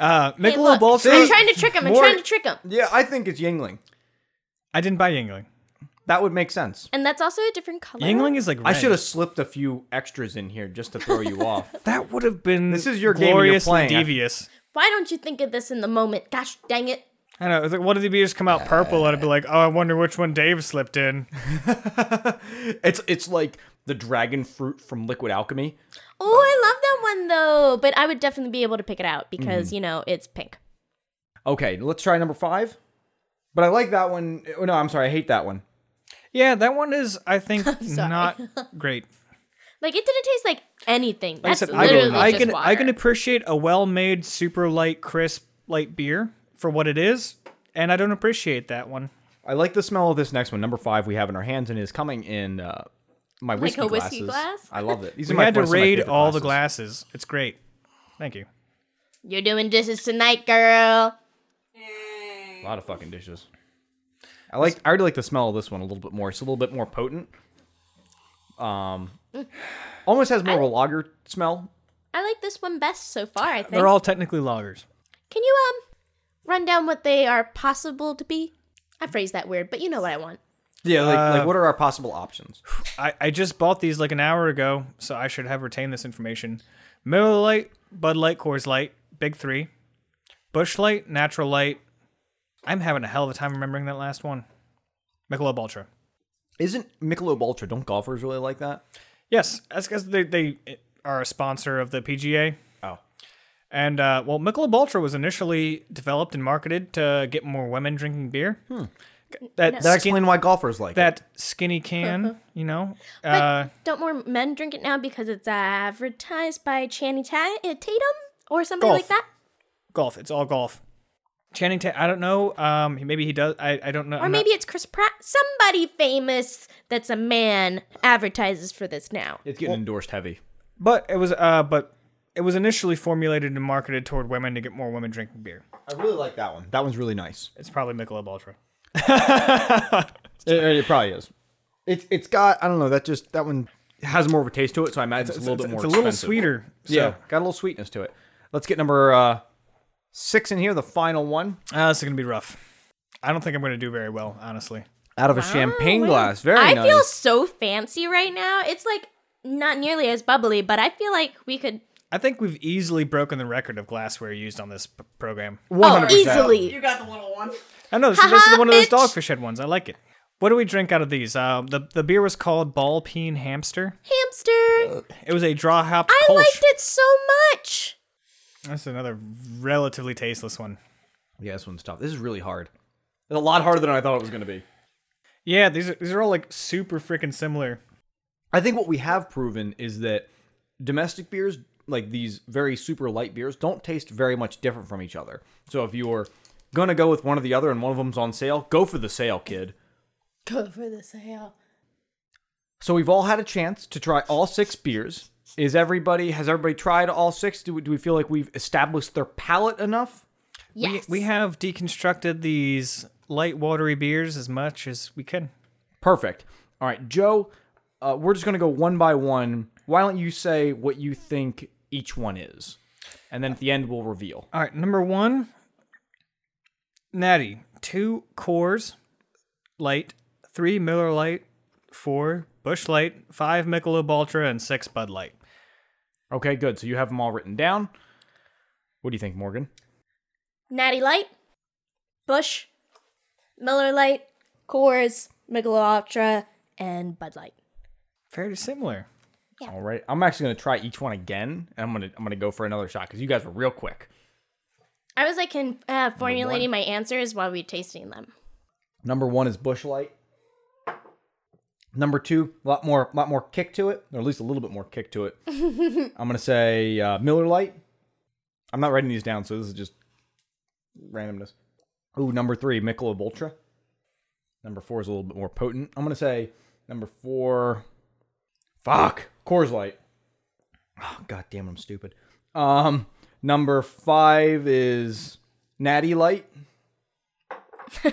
Uh, hey, Michelob look, Ultra. I'm trying to trick him. I'm More- trying to trick him. Yeah, I think it's Yingling. I didn't buy Yingling. That would make sense. And that's also a different color. Yingling is like I red. should have slipped a few extras in here just to throw you off. That would have been This is your game and you're glorious playing. I- devious. Why don't you think of this in the moment? Gosh, dang it! I know. It's like, what if the beers come out purple? And I'd be like, oh, I wonder which one Dave slipped in. It's it's like the dragon fruit from Liquid Alchemy. Oh, I love that one though. But I would definitely be able to pick it out because Mm-hmm. you know it's pink. Okay, let's try number five. But I like that one. Oh, no, I'm sorry. I hate that one. Yeah, that one is, I think, sorry. not great. Like it didn't taste like anything. Like That's I said, I, literally can, I, just can, water. I can appreciate a well-made, super light, crisp, light beer for what it is, and I don't appreciate that one. I like the smell of this next one. Number five we have in our hands and is coming in uh, my whiskey a glasses. whiskey glass? I love it. These are We my had to first and my raid favorite all the glasses. glasses. It's great. Thank you. You're doing dishes tonight, girl. A lot of fucking dishes. I like. I already like the smell of this one a little bit more. It's a little bit more potent. Um, almost has more of a lager smell. I like this one best so far. I think. They're all technically loggers. Can you um run down what they are possible to be? I phrased that weird, but you know what I want. Yeah, like, uh, like what are our possible options? I, I just bought these like an hour ago, so I should have retained this information. Miller Lite, Bud Light, Coors Light, Big Three, Bush Light, Natural Light. I'm having a hell of a time remembering that last one. Michelob Ultra. Isn't Michelob Ultra? Don't golfers really like that? Yes, that's because they, they are a sponsor of the PGA. Oh, And uh, well, Michelob Ultra was initially developed and marketed to get more women drinking beer. Hmm. That that skin- explains why golfers like it. that skinny can, you know. Uh-huh. But Uh, don't more men drink it now because it's advertised by Channing Ta- uh, Tatum or somebody Golf. like that? golf. It's all golf. Channing Tatum. I don't know. Um, he- maybe he does. I, I don't know. Or I'm not- maybe it's Chris Pratt. Somebody famous that's a man advertises for this now. It's getting endorsed heavy. but it was. Uh, but it was initially formulated and marketed toward women to get more women drinking beer. I really like that one. That one's really nice. It's probably Michelob Ultra. It, it probably is. It's it's got I don't know that just that one has more of a taste to it, so I imagine it's, a little it's, bit more. It's a little expensive. sweeter. So. Yeah, got a little sweetness to it. Let's get number uh, six in here, the final one, Uh, this is gonna be rough. I don't think I'm gonna do very well, honestly. out of a champagne glass. Very I nice. feel so fancy right now. It's like not nearly as bubbly, but I feel like we could I think we've easily broken the record of glassware used on this p- program. oh 100%. easily. got the little one. I know this, is- this is Haha, one of those bitch. dogfish head ones. I like it. What do we drink out of these? Uh, the the beer was called Ball Peen Hamster. Hamster. It was a draw hopped I Kolsch. liked it so much. That's another relatively tasteless one. Yeah, this one's tough. This is really hard. It's a lot harder than I thought it was going to be. Yeah, these are these are all like super freaking similar. I think what we have proven is that domestic beers, like these very super light beers, don't taste very much different from each other. So if you're gonna go with one or the other, and one of them's on sale, go for the sale, kid. Go for the sale. So we've all had a chance to try all six beers. Is everybody has everybody tried all six? Do we, do we feel like we've established their palate enough? Yes. We, we have deconstructed these light watery beers as much as we can. Perfect. All right, Joe, uh, we're just gonna go one by one. Why don't you say what you think each one is, and then at the end we'll reveal. All right, number one, Natty, two cores, light, three Miller Light, four Bush Light, five Michelob Ultra, and six Bud Light. Okay, good. So you have them all written down. What do you think, Morgan? Natty Light, Bush, Miller Light, Coors, Michelob Ultra, and Bud Light. Very similar. All right, I'm actually gonna try each one again, and I'm gonna I'm gonna go for another shot because you guys were real quick. I was like in, uh, formulating my answers while we were tasting them. Number one is Bush Light. Number two, a lot more lot more kick to it, or at least a little bit more kick to it. I'm gonna say uh, Miller Light. I'm not writing these down, so this is just randomness. Ooh, number three, Michelob Ultra. Number four is a little bit more potent. I'm gonna say number four. Fuck, Coors Light. Oh, God damn, I'm stupid. Um, number five is Natty Light. This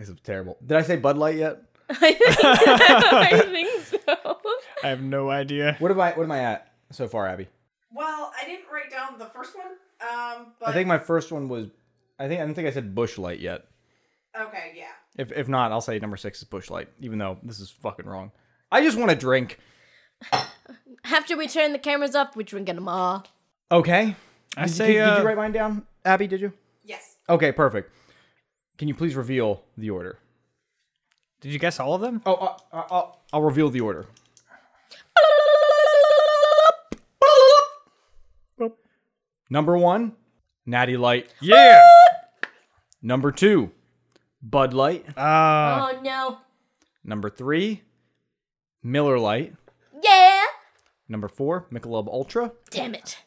is terrible. Did I say Bud Light yet? I think, I think so. I have no idea. What am I? What am I at so far, Abby? Well, I didn't write down the first one. Um, but I think my first one was. I think I don't think I said Bush Light yet. okay, yeah. If if not, I'll say number six is Bush Light, even though this is fucking wrong. I just want to drink. After we turn the cameras off, we're drinking them all. Okay. I Did, say. did- did uh, you write mine down, Abby? Did you? Yes. Okay, perfect. Can you please reveal the order? did you guess all of them? Oh, uh, uh, I'll, I'll reveal the order. Number one, Natty Light. Yeah. Number two, Bud Light. Uh, Oh no. Number three, Miller Light. Yeah. Number four, Michelob Ultra. Damn it.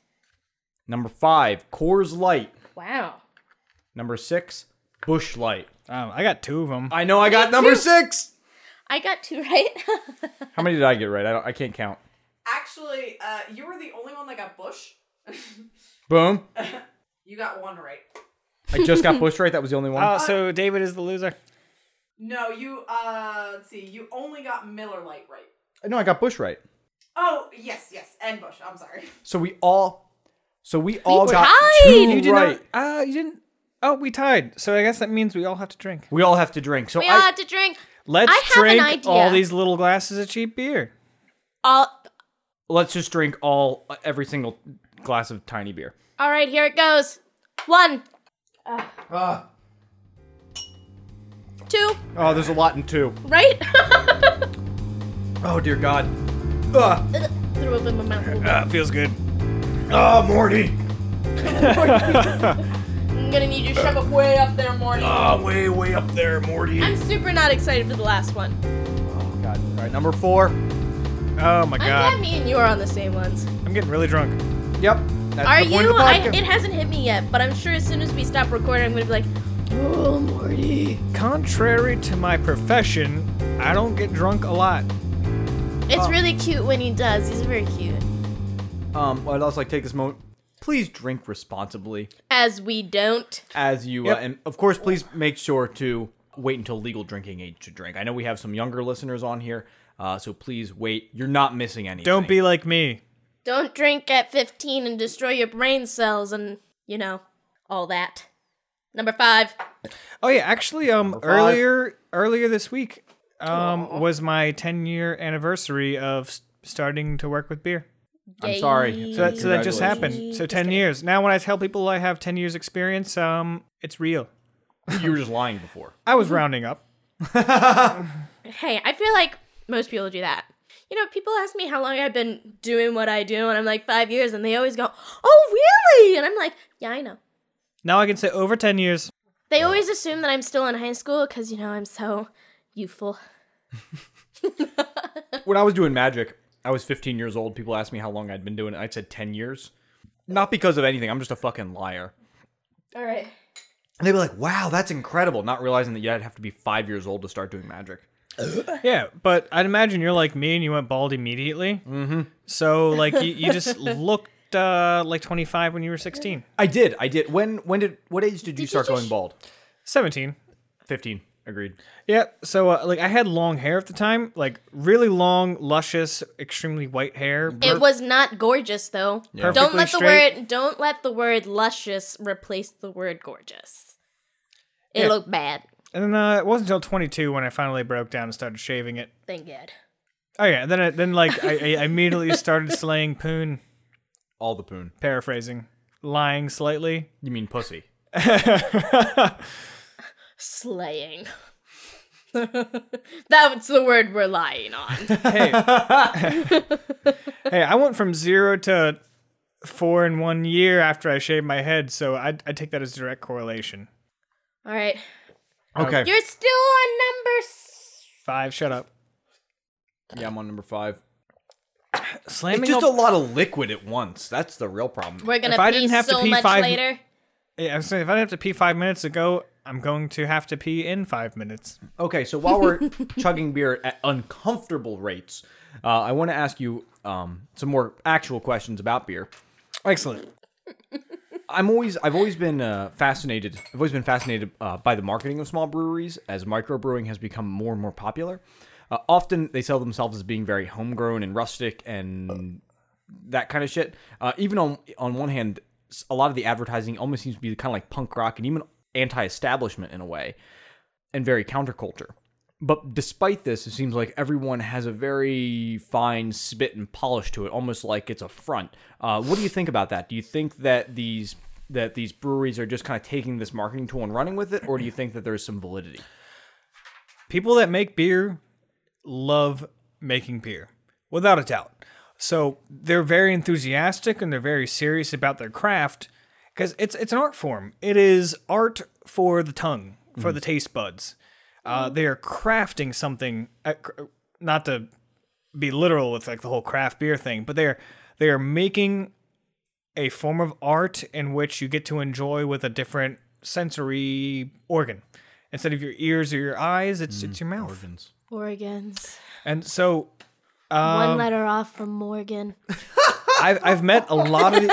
Number five, Coors Light. Wow. Number six, Bush Light. um, I got two of them. I know I got number six. I got two right. How many did I get right? I, don't, I can't count. Actually, uh, you were the only one that got Bush. Boom. You got one right. I just got Bush right. That was the only one. Uh, Oh, so David is the loser. No, you. Uh, let's see. You only got Miller Lite right. no, I got Bush right. Oh yes, yes, and Bush. I'm sorry. So we all, so we all got tied. two You You did right. not. Uh, you didn't. Oh, we tied. So I guess that means we all have to drink. We all have to drink. So we all I, have to drink Let's I have an drink idea. all these little glasses of cheap beer. all. let's just drink all every single glass of tiny beer. All right, here it goes. One, Ah. two, Oh, there's a lot in two. right? Oh dear God. Ah, Uh. Threw open my mouth. Uh, feels good. ah, Morty. I'm gonna need you to shove up way up there, Morty. Ah, way, way up there, Morty. I'm super not excited for the last one. God. All right, number four. Oh my I'm god. glad me and you are on the same ones. I'm getting really drunk. Yep. That's Are the point you? Of the I, podcast. it hasn't hit me yet, but I'm sure as soon as we stop recording, I'm gonna be like, "Oh, Morty." Contrary to my profession, I don't get drunk a lot. Oh. It's really cute when he does. He's very cute. Um, I'd also like to take this moment. Please drink responsibly As we don't. as you, Yep. uh, and of course, please make sure to wait until legal drinking age to drink. I know we have some younger listeners on here, uh, so please wait. You're not missing anything. Don't be like me. Don't drink at 15 and destroy your brain cells and, you know, all that. Number five. Oh yeah, actually, um, five. earlier earlier this week, um, was my 10 year anniversary of s- starting to work with beer. I'm Yay. sorry. So that, so that just happened. Congratulations. So 10 years. Now when I tell people I have 10 years experience, um, it's real. you were just lying before. I was rounding up. Hey, I feel like most people do that. You know, people ask me how long I've been doing what I do, and I'm like five years, and they always go, "Oh, really?" And I'm like, "Yeah, I know." Now I can say over 10 years. They always assume that I'm still in high school because, you know, I'm so youthful. when I was doing magic, I was 15 years old. People asked me how long I'd been doing it. I said 10 years. Not because of anything. I'm just a fucking liar. All right. And they'd be like, wow, that's incredible. Not realizing that you'd have to be five years old to start doing magic. Yeah, but I'd imagine you're like me and you went bald immediately. Mm-hmm. So like you, you just looked uh, like 25 when you were 16, I did. I did. When when did what age did you you start just- going bald? 17. 15. Agreed. Yeah. So uh, like I had long hair at the time, like really long, luscious, extremely white hair. It was not gorgeous though. Don't Perfectly let the straight. word don't let the word luscious replace the word gorgeous. It Yeah. looked bad. And then uh, it wasn't until 22 when I finally broke down and started shaving it. Thank God. Oh yeah. Then I, then like I, I immediately started slaying poon, All the poon. paraphrasing, lying slightly. You mean pussy. Slaying. That's the word we're lying on. Hey, I went from zero to four in one year after I shaved my head, so I I take that as direct correlation. Oh, All right. Okay. You're still on number s- Five. Shut up. yeah, I'm on number five. Slamming. It's just op- a lot of liquid at once. That's the real problem. We're gonna If I pee didn't have to so pee much five- later. Yeah, I was saying, if I have to pee five minutes ago, I'm going to have to pee in five minutes. Okay, so while we're chugging beer at uncomfortable rates, uh, I want to ask you um, some more actual questions about beer. Excellent. I'm always I've always been uh, fascinated. I've always been fascinated uh, by the marketing of small breweries as microbrewing has become more and more popular. Uh, often they sell themselves as being very homegrown and rustic and that kind of shit. Uh, even on on one hand, s- a lot of the advertising almost seems to be kind of like punk rock and even anti-establishment in a way, and very counterculture. But despite this, it seems like everyone has a very fine spit and polish to it, almost like it's a front. Uh, what do you think about that? Do you think that these that these breweries are just kind of taking this marketing tool and running with it, or do you think that there's some validity? People that make beer love making beer, without a doubt. So they're very enthusiastic and they're very serious about their craft because it's it's an art form. It is art for the tongue, for the taste buds. Uh, they are crafting something. uh, cr- Not to be literal with like the whole craft beer thing, but they're they are making a form of art in which you get to enjoy with a different sensory organ. Instead of your ears or your eyes, it's it's your mouth. Oregon's And so Um, one letter off from Morgan. I've I've met a lot of.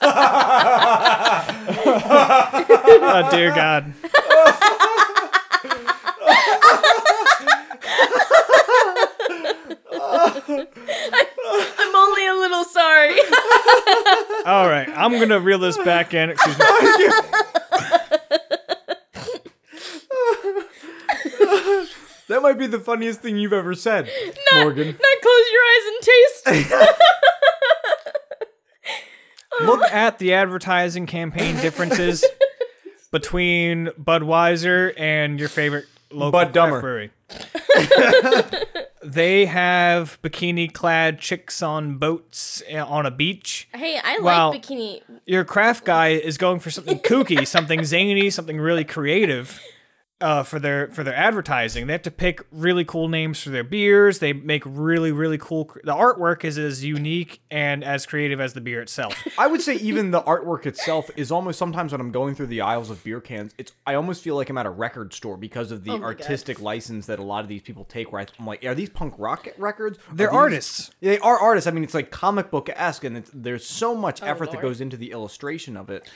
oh Oh, dear God! I'm only a little sorry. All right, I'm gonna reel this back in. Excuse me. That might be the funniest thing you've ever said, Morgan. Now close your eyes and taste. Look at the advertising campaign differences between Budweiser and your favorite local Bud craft Dummer. brewery. they have bikini-clad chicks on boats uh, on a beach. Hey, I Wow. like bikini. your craft guy is going for something kooky, something zany, something really creative uh, for their for their advertising. They have to pick really cool names for their beers. They make really really cool. The artwork is as unique and as creative as the beer itself. I would say even the artwork itself is almost sometimes when I'm going through the aisles of beer cans, it's I almost feel like I'm at a record store because of the Oh my God. artistic license that a lot of these people take. Where I- I'm like, are these punk rock records? Are They're these-" artists. They are artists. I mean, it's like comic book esque, and it's, there's so much effort that Oh, Lord. goes into the illustration of it.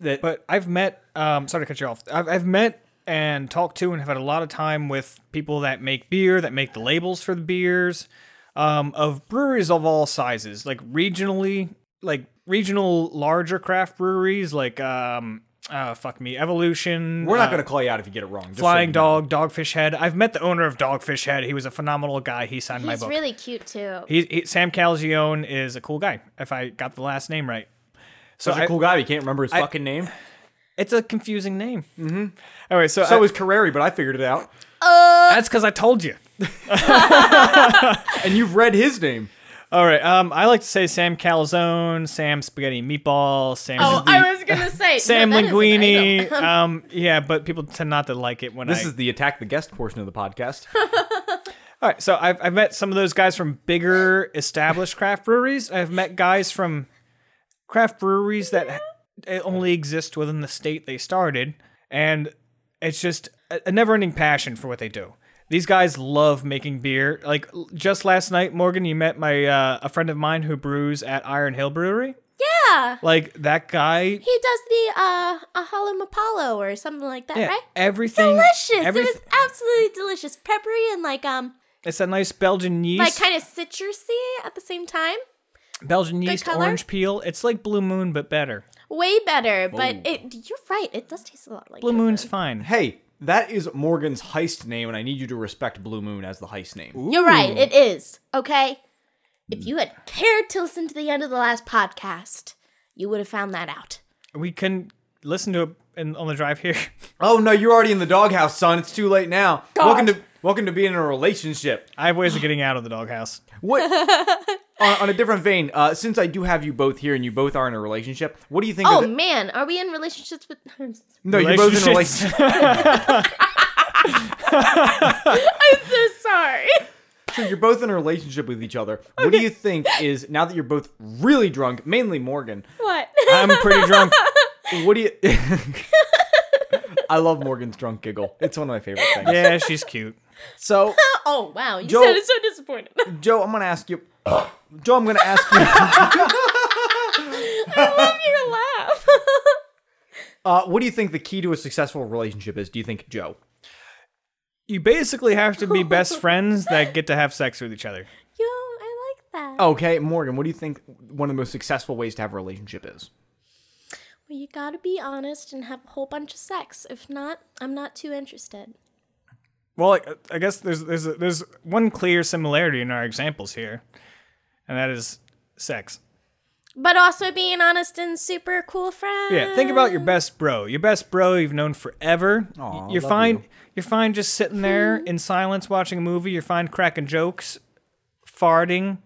That But I've met. Um, sorry to cut you off. I've, I've met and talked to and have had a lot of time with people that make beer, that make the labels for the beers, um, of breweries of all sizes, like regionally, like regional larger craft breweries, like um, uh, fuck me, Evolution. we're not uh, going to call you out if you get it wrong. just so Flying you know. Dog, Dogfish Head. I've met the owner of Dogfish Head. He was a phenomenal guy. He signed my He's book. really cute too. he, he, Sam Calzione is a cool guy. If I got the last name right. So Such a I- cool guy. but You can't remember his fucking name. it's a confusing name. Mm-hmm. All right, so, So I- was Carreri, but I figured it out. That's because I told you. And you've read his name. All right. Um, I like to say Sam Calzone, Sam Spaghetti Meatball, Sam. Oh, I was gonna say right. Sam No, that is an Linguini. item. um, yeah, but people tend not to like it when I. This is the attack the guest portion of the podcast. All right, so I've, I've met some of those guys from bigger established craft breweries. I've met guys from craft breweries that ha- they only exist within the state they started, and it's just a, a never-ending passion for what they do. These guys love making beer. Like l- just last night, Morgan, you met my uh, a friend of mine who brews at Iron Hill Brewery. yeah. Like that guy, He does the uh a Harlem Apollo or something like that, yeah, right? everything delicious. everyth- it was absolutely delicious. Peppery and like um it's that nice Belgian yeast, like kind of citrusy at the same time. Belgian yeast, color. orange peel. It's like Blue Moon, but better. Way better, but Oh. it you're right. It does taste a lot like Blue Pepper. Moon's fine. hey, that is Morgan's heist name, and I need you to respect Blue Moon as the heist name. You're right. It is. Okay? Mm. If you had cared to listen to the end of the last podcast, you would have found that out. we can listen to it in, on the drive here. Oh no, you're already in the doghouse, son. It's too late now. Welcome to welcome to being in a relationship. I have ways of getting out of the doghouse. What? on, on a different vein, uh, since I do have you both here and you both are in a relationship, what do you think? Oh of the- man, are we in relationships with I'm no, you're both in a Relationships. relationship. so sorry. So you're both in a relationship with each other. What do you think is now that you're both really drunk, mainly Morgan? What? I'm pretty drunk. What do you? I love Morgan's drunk giggle. It's one of my favorite things. Yeah, she's cute. So, oh wow, you Joel- sounded so disappointed. Joe, I'm gonna ask you. Joe, I'm gonna ask you. Your laugh. Uh, what do you think the key to a successful relationship is? Do you think, Joe? You basically have to be best friends that get to have sex with each other. Yo, I like that. Oh. Okay, Morgan, what do you think one of the most successful ways to have a relationship is? Well, you gotta be honest and have a whole bunch of sex. If not, I'm not too interested. Well, I, I guess there's there's a, there's one clear similarity in our examples here, and that is sex. But also being honest and super cool friend. Yeah, think about your best bro. Your best bro you've known forever. Aw, you're love fine. you. You're fine just sitting there in silence watching a movie. You're fine cracking jokes, farting.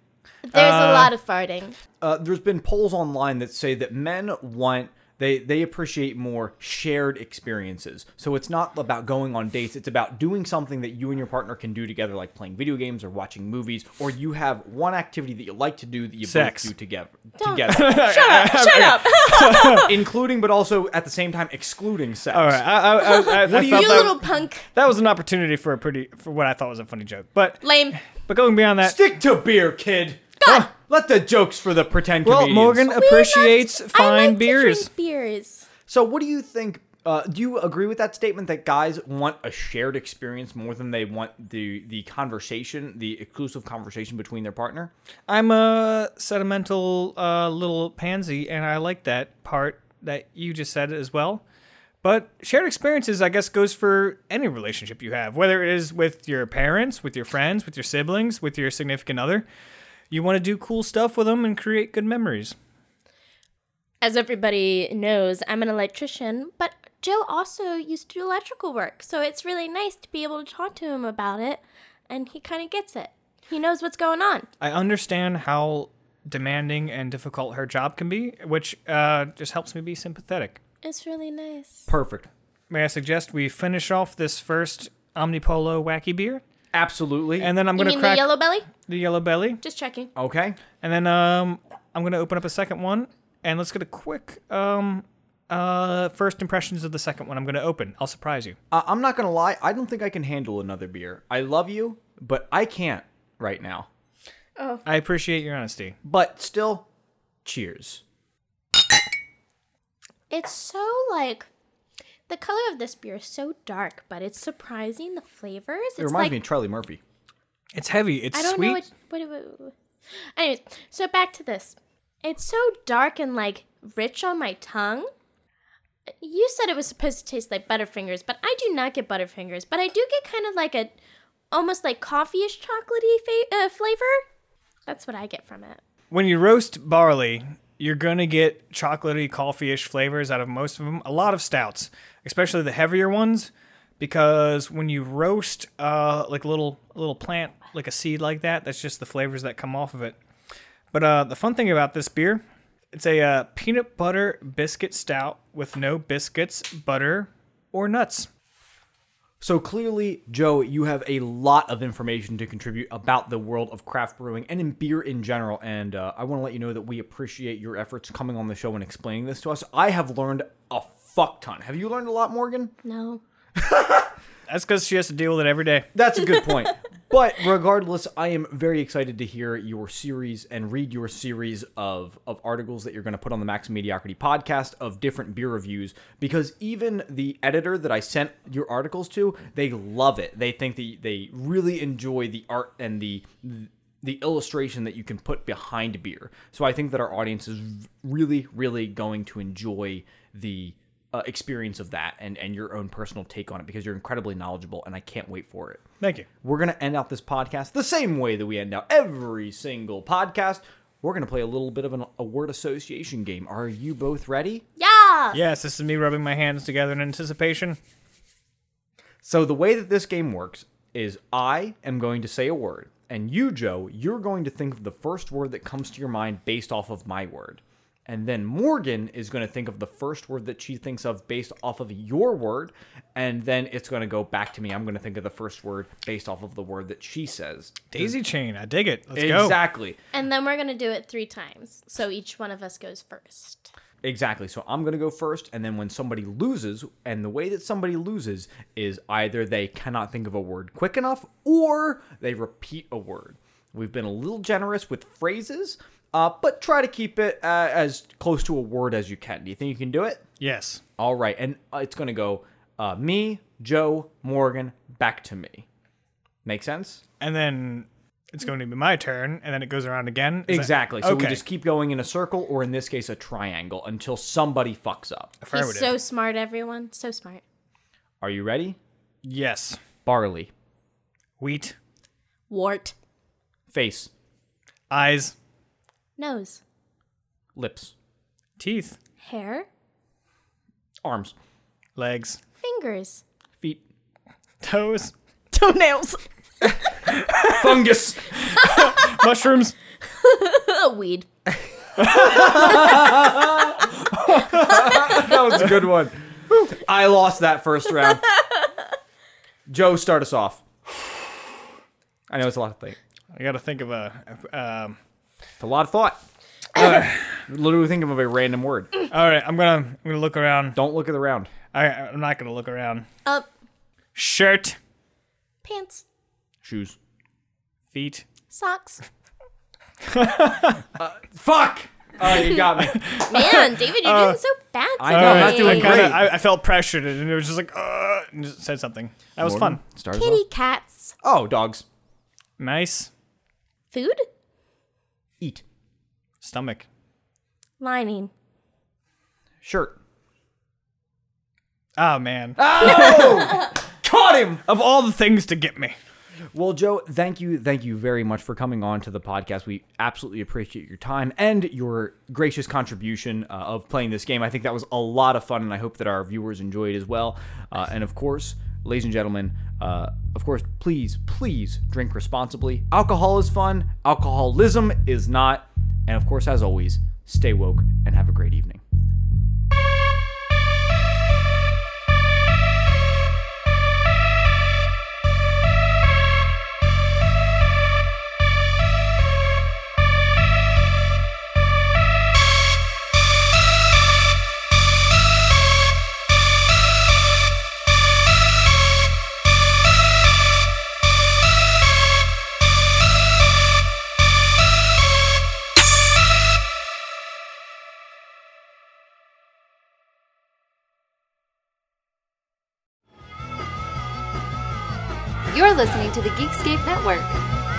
There's a lot of farting. Uh, there's been polls online that say that men want they they appreciate more shared experiences. So it's not about going on dates; it's about doing something that you and your partner can do together, like playing video games or watching movies, or you have one activity that you like to do that you Sex. both do together, Don't- together, Shut up! Shut up! including but also at the same time excluding sex. All right, I, I, I, I, I thought you that- little punk. that was an opportunity for a pretty for what I thought was a funny joke. But Lame. but going beyond that, Stick to beer, kid. God. Let the jokes for the pretend well, comedians. Morgan We like- appreciates I fine like to beers. drink beers. So, what do you think? Uh, do you agree with that statement that guys want a shared experience more than they want the the conversation, the exclusive conversation between their partner? I'm a sentimental uh, little pansy, and I like that part that you just said as well. But shared experiences, I guess, goes for any relationship you have, whether it is with your parents, with your friends, with your siblings, with your significant other. You want to do cool stuff with them and create good memories. As everybody knows, I'm an electrician, but Joe also used to do electrical work, so it's really nice to be able to talk to him about it, and he kind of gets it. He knows what's going on. I understand how demanding and difficult her job can be, which uh, just helps me be sympathetic. It's really nice. Perfect. May I suggest we finish off this first Omnipolo wacky beer, Absolutely. and then I'm You gonna mean crack the yellow belly? the yellow belly, Just checking. okay. and then um, I'm gonna open up a second one, and let's get a quick um, uh, first impressions of the second one. I'm gonna open. I'll surprise you. Uh, I'm not gonna lie. I don't think I can handle another beer. I love you, but I can't right now. Oh. I appreciate your honesty. But still, cheers. It's so like the color of this beer is so dark, but it's surprising the flavors. It's It reminds like me of Charlie Murphy. It's heavy. It's I don't sweet. know what, what, what, what. Anyways, so back to this. It's so dark and like rich on my tongue. You said it was supposed to taste like Butterfingers, but I do not get Butterfingers. But I do get kind of like a, almost like coffee-ish chocolatey fa- uh, flavor. That's what I get from it. when you roast barley, you're gonna get chocolatey, coffee-ish flavors out of most of them. A lot of stouts, especially the heavier ones, because when you roast uh, like a little a little plant, like a seed like that, that's just the flavors that come off of it. But uh, the fun thing about this beer It's a uh, peanut butter biscuit stout with no biscuits, butter, or nuts. So clearly, Joe, you have a lot of information to contribute about the world of craft brewing and in beer in general. And uh, I want to let you know that we appreciate your efforts coming on the show and explaining this to us. I have learned a fuck ton. Have you learned a lot, Morgan? No. That's because she has to deal with it every day. That's a good point. but regardless, I am very excited to hear your series and read your series of, of articles that you're going to put on the Max Mediocrity podcast of different beer reviews because even the editor that I sent your articles to, they love it. They think the, they really enjoy the art and the the illustration that you can put behind beer. So I think that our audience is really really going to enjoy the uh, experience of that and and your own personal take on it because you're incredibly knowledgeable and I can't wait for it. Thank you. We're going to end out this podcast the same way that we end out every single podcast. We're going to play a little bit of an, a word association game. Are you both ready? Yeah. Yes, this is me rubbing my hands together in anticipation. So, the way that this game works is I am going to say a word, and you, Joe, you're going to think of the first word that comes to your mind based off of my word. And then Morgan is going to think of the first word that she thinks of based off of your word. And then it's going to go back to me. I'm going to think of the first word based off of the word that she says. Daisy chain, I dig it. Let's go. Exactly. And then we're gonna do it three times, so each one of us goes first. Exactly. So I'm going to go first, and then when somebody loses, and the way that somebody loses is either they cannot think of a word quick enough or they repeat a word. We've been a little generous with phrases, uh, but try to keep it uh, as close to a word as you can. Do you think you can do it? Yes. All right. And uh, it's going to go uh, me, Joe, Morgan, back to me. Make sense? And then it's going to be my turn, and then it goes around again. Is that- Exactly. So okay. we just keep going in a circle, or in this case, a triangle, until somebody fucks up. He's Affirmative. so smart, everyone. So smart. Are you ready? yes. Barley. Wheat, Wart. Face. eyes, Nose. lips, teeth, Hair. arms, legs, Fingers. feet, toes, Toenails. fungus. mushrooms. Weed. that was a good one. I lost that first round. Joe, start us off. I know it's a lot of thing. I got to think of a. Um, It's a lot of thought. Uh, literally thinking of a random word. all right, I'm gonna I'm gonna look around. Don't look at the round. I, I'm not gonna look around. Up. Shirt, Pants. Shoes. feet. Socks. Fuck. Uh, you got me. Man, David, you're doing so bad today. Uh, I know, I'm Oh, not I doing kind great. of I, I felt pressured, and it was just like, uh, and just said something. That was fun. Start us Kitty off. cats. Oh, dogs. Nice Food. Eat. stomach, Lining. Shirt. Oh man. Ah! Oh! Caught him. Of all the things to get me. Well, Joe, thank you, thank you very much for coming on to the podcast. We absolutely appreciate your time and your gracious contribution uh, of playing this game. I think that was a lot of fun, and I hope that our viewers enjoyed as well. Uh, and of course, ladies and gentlemen, uh, of course, please, please drink responsibly. Alcohol is fun. Alcoholism is not. And of course, as always, stay woke and have a great evening. You're listening to the Geekscape Network.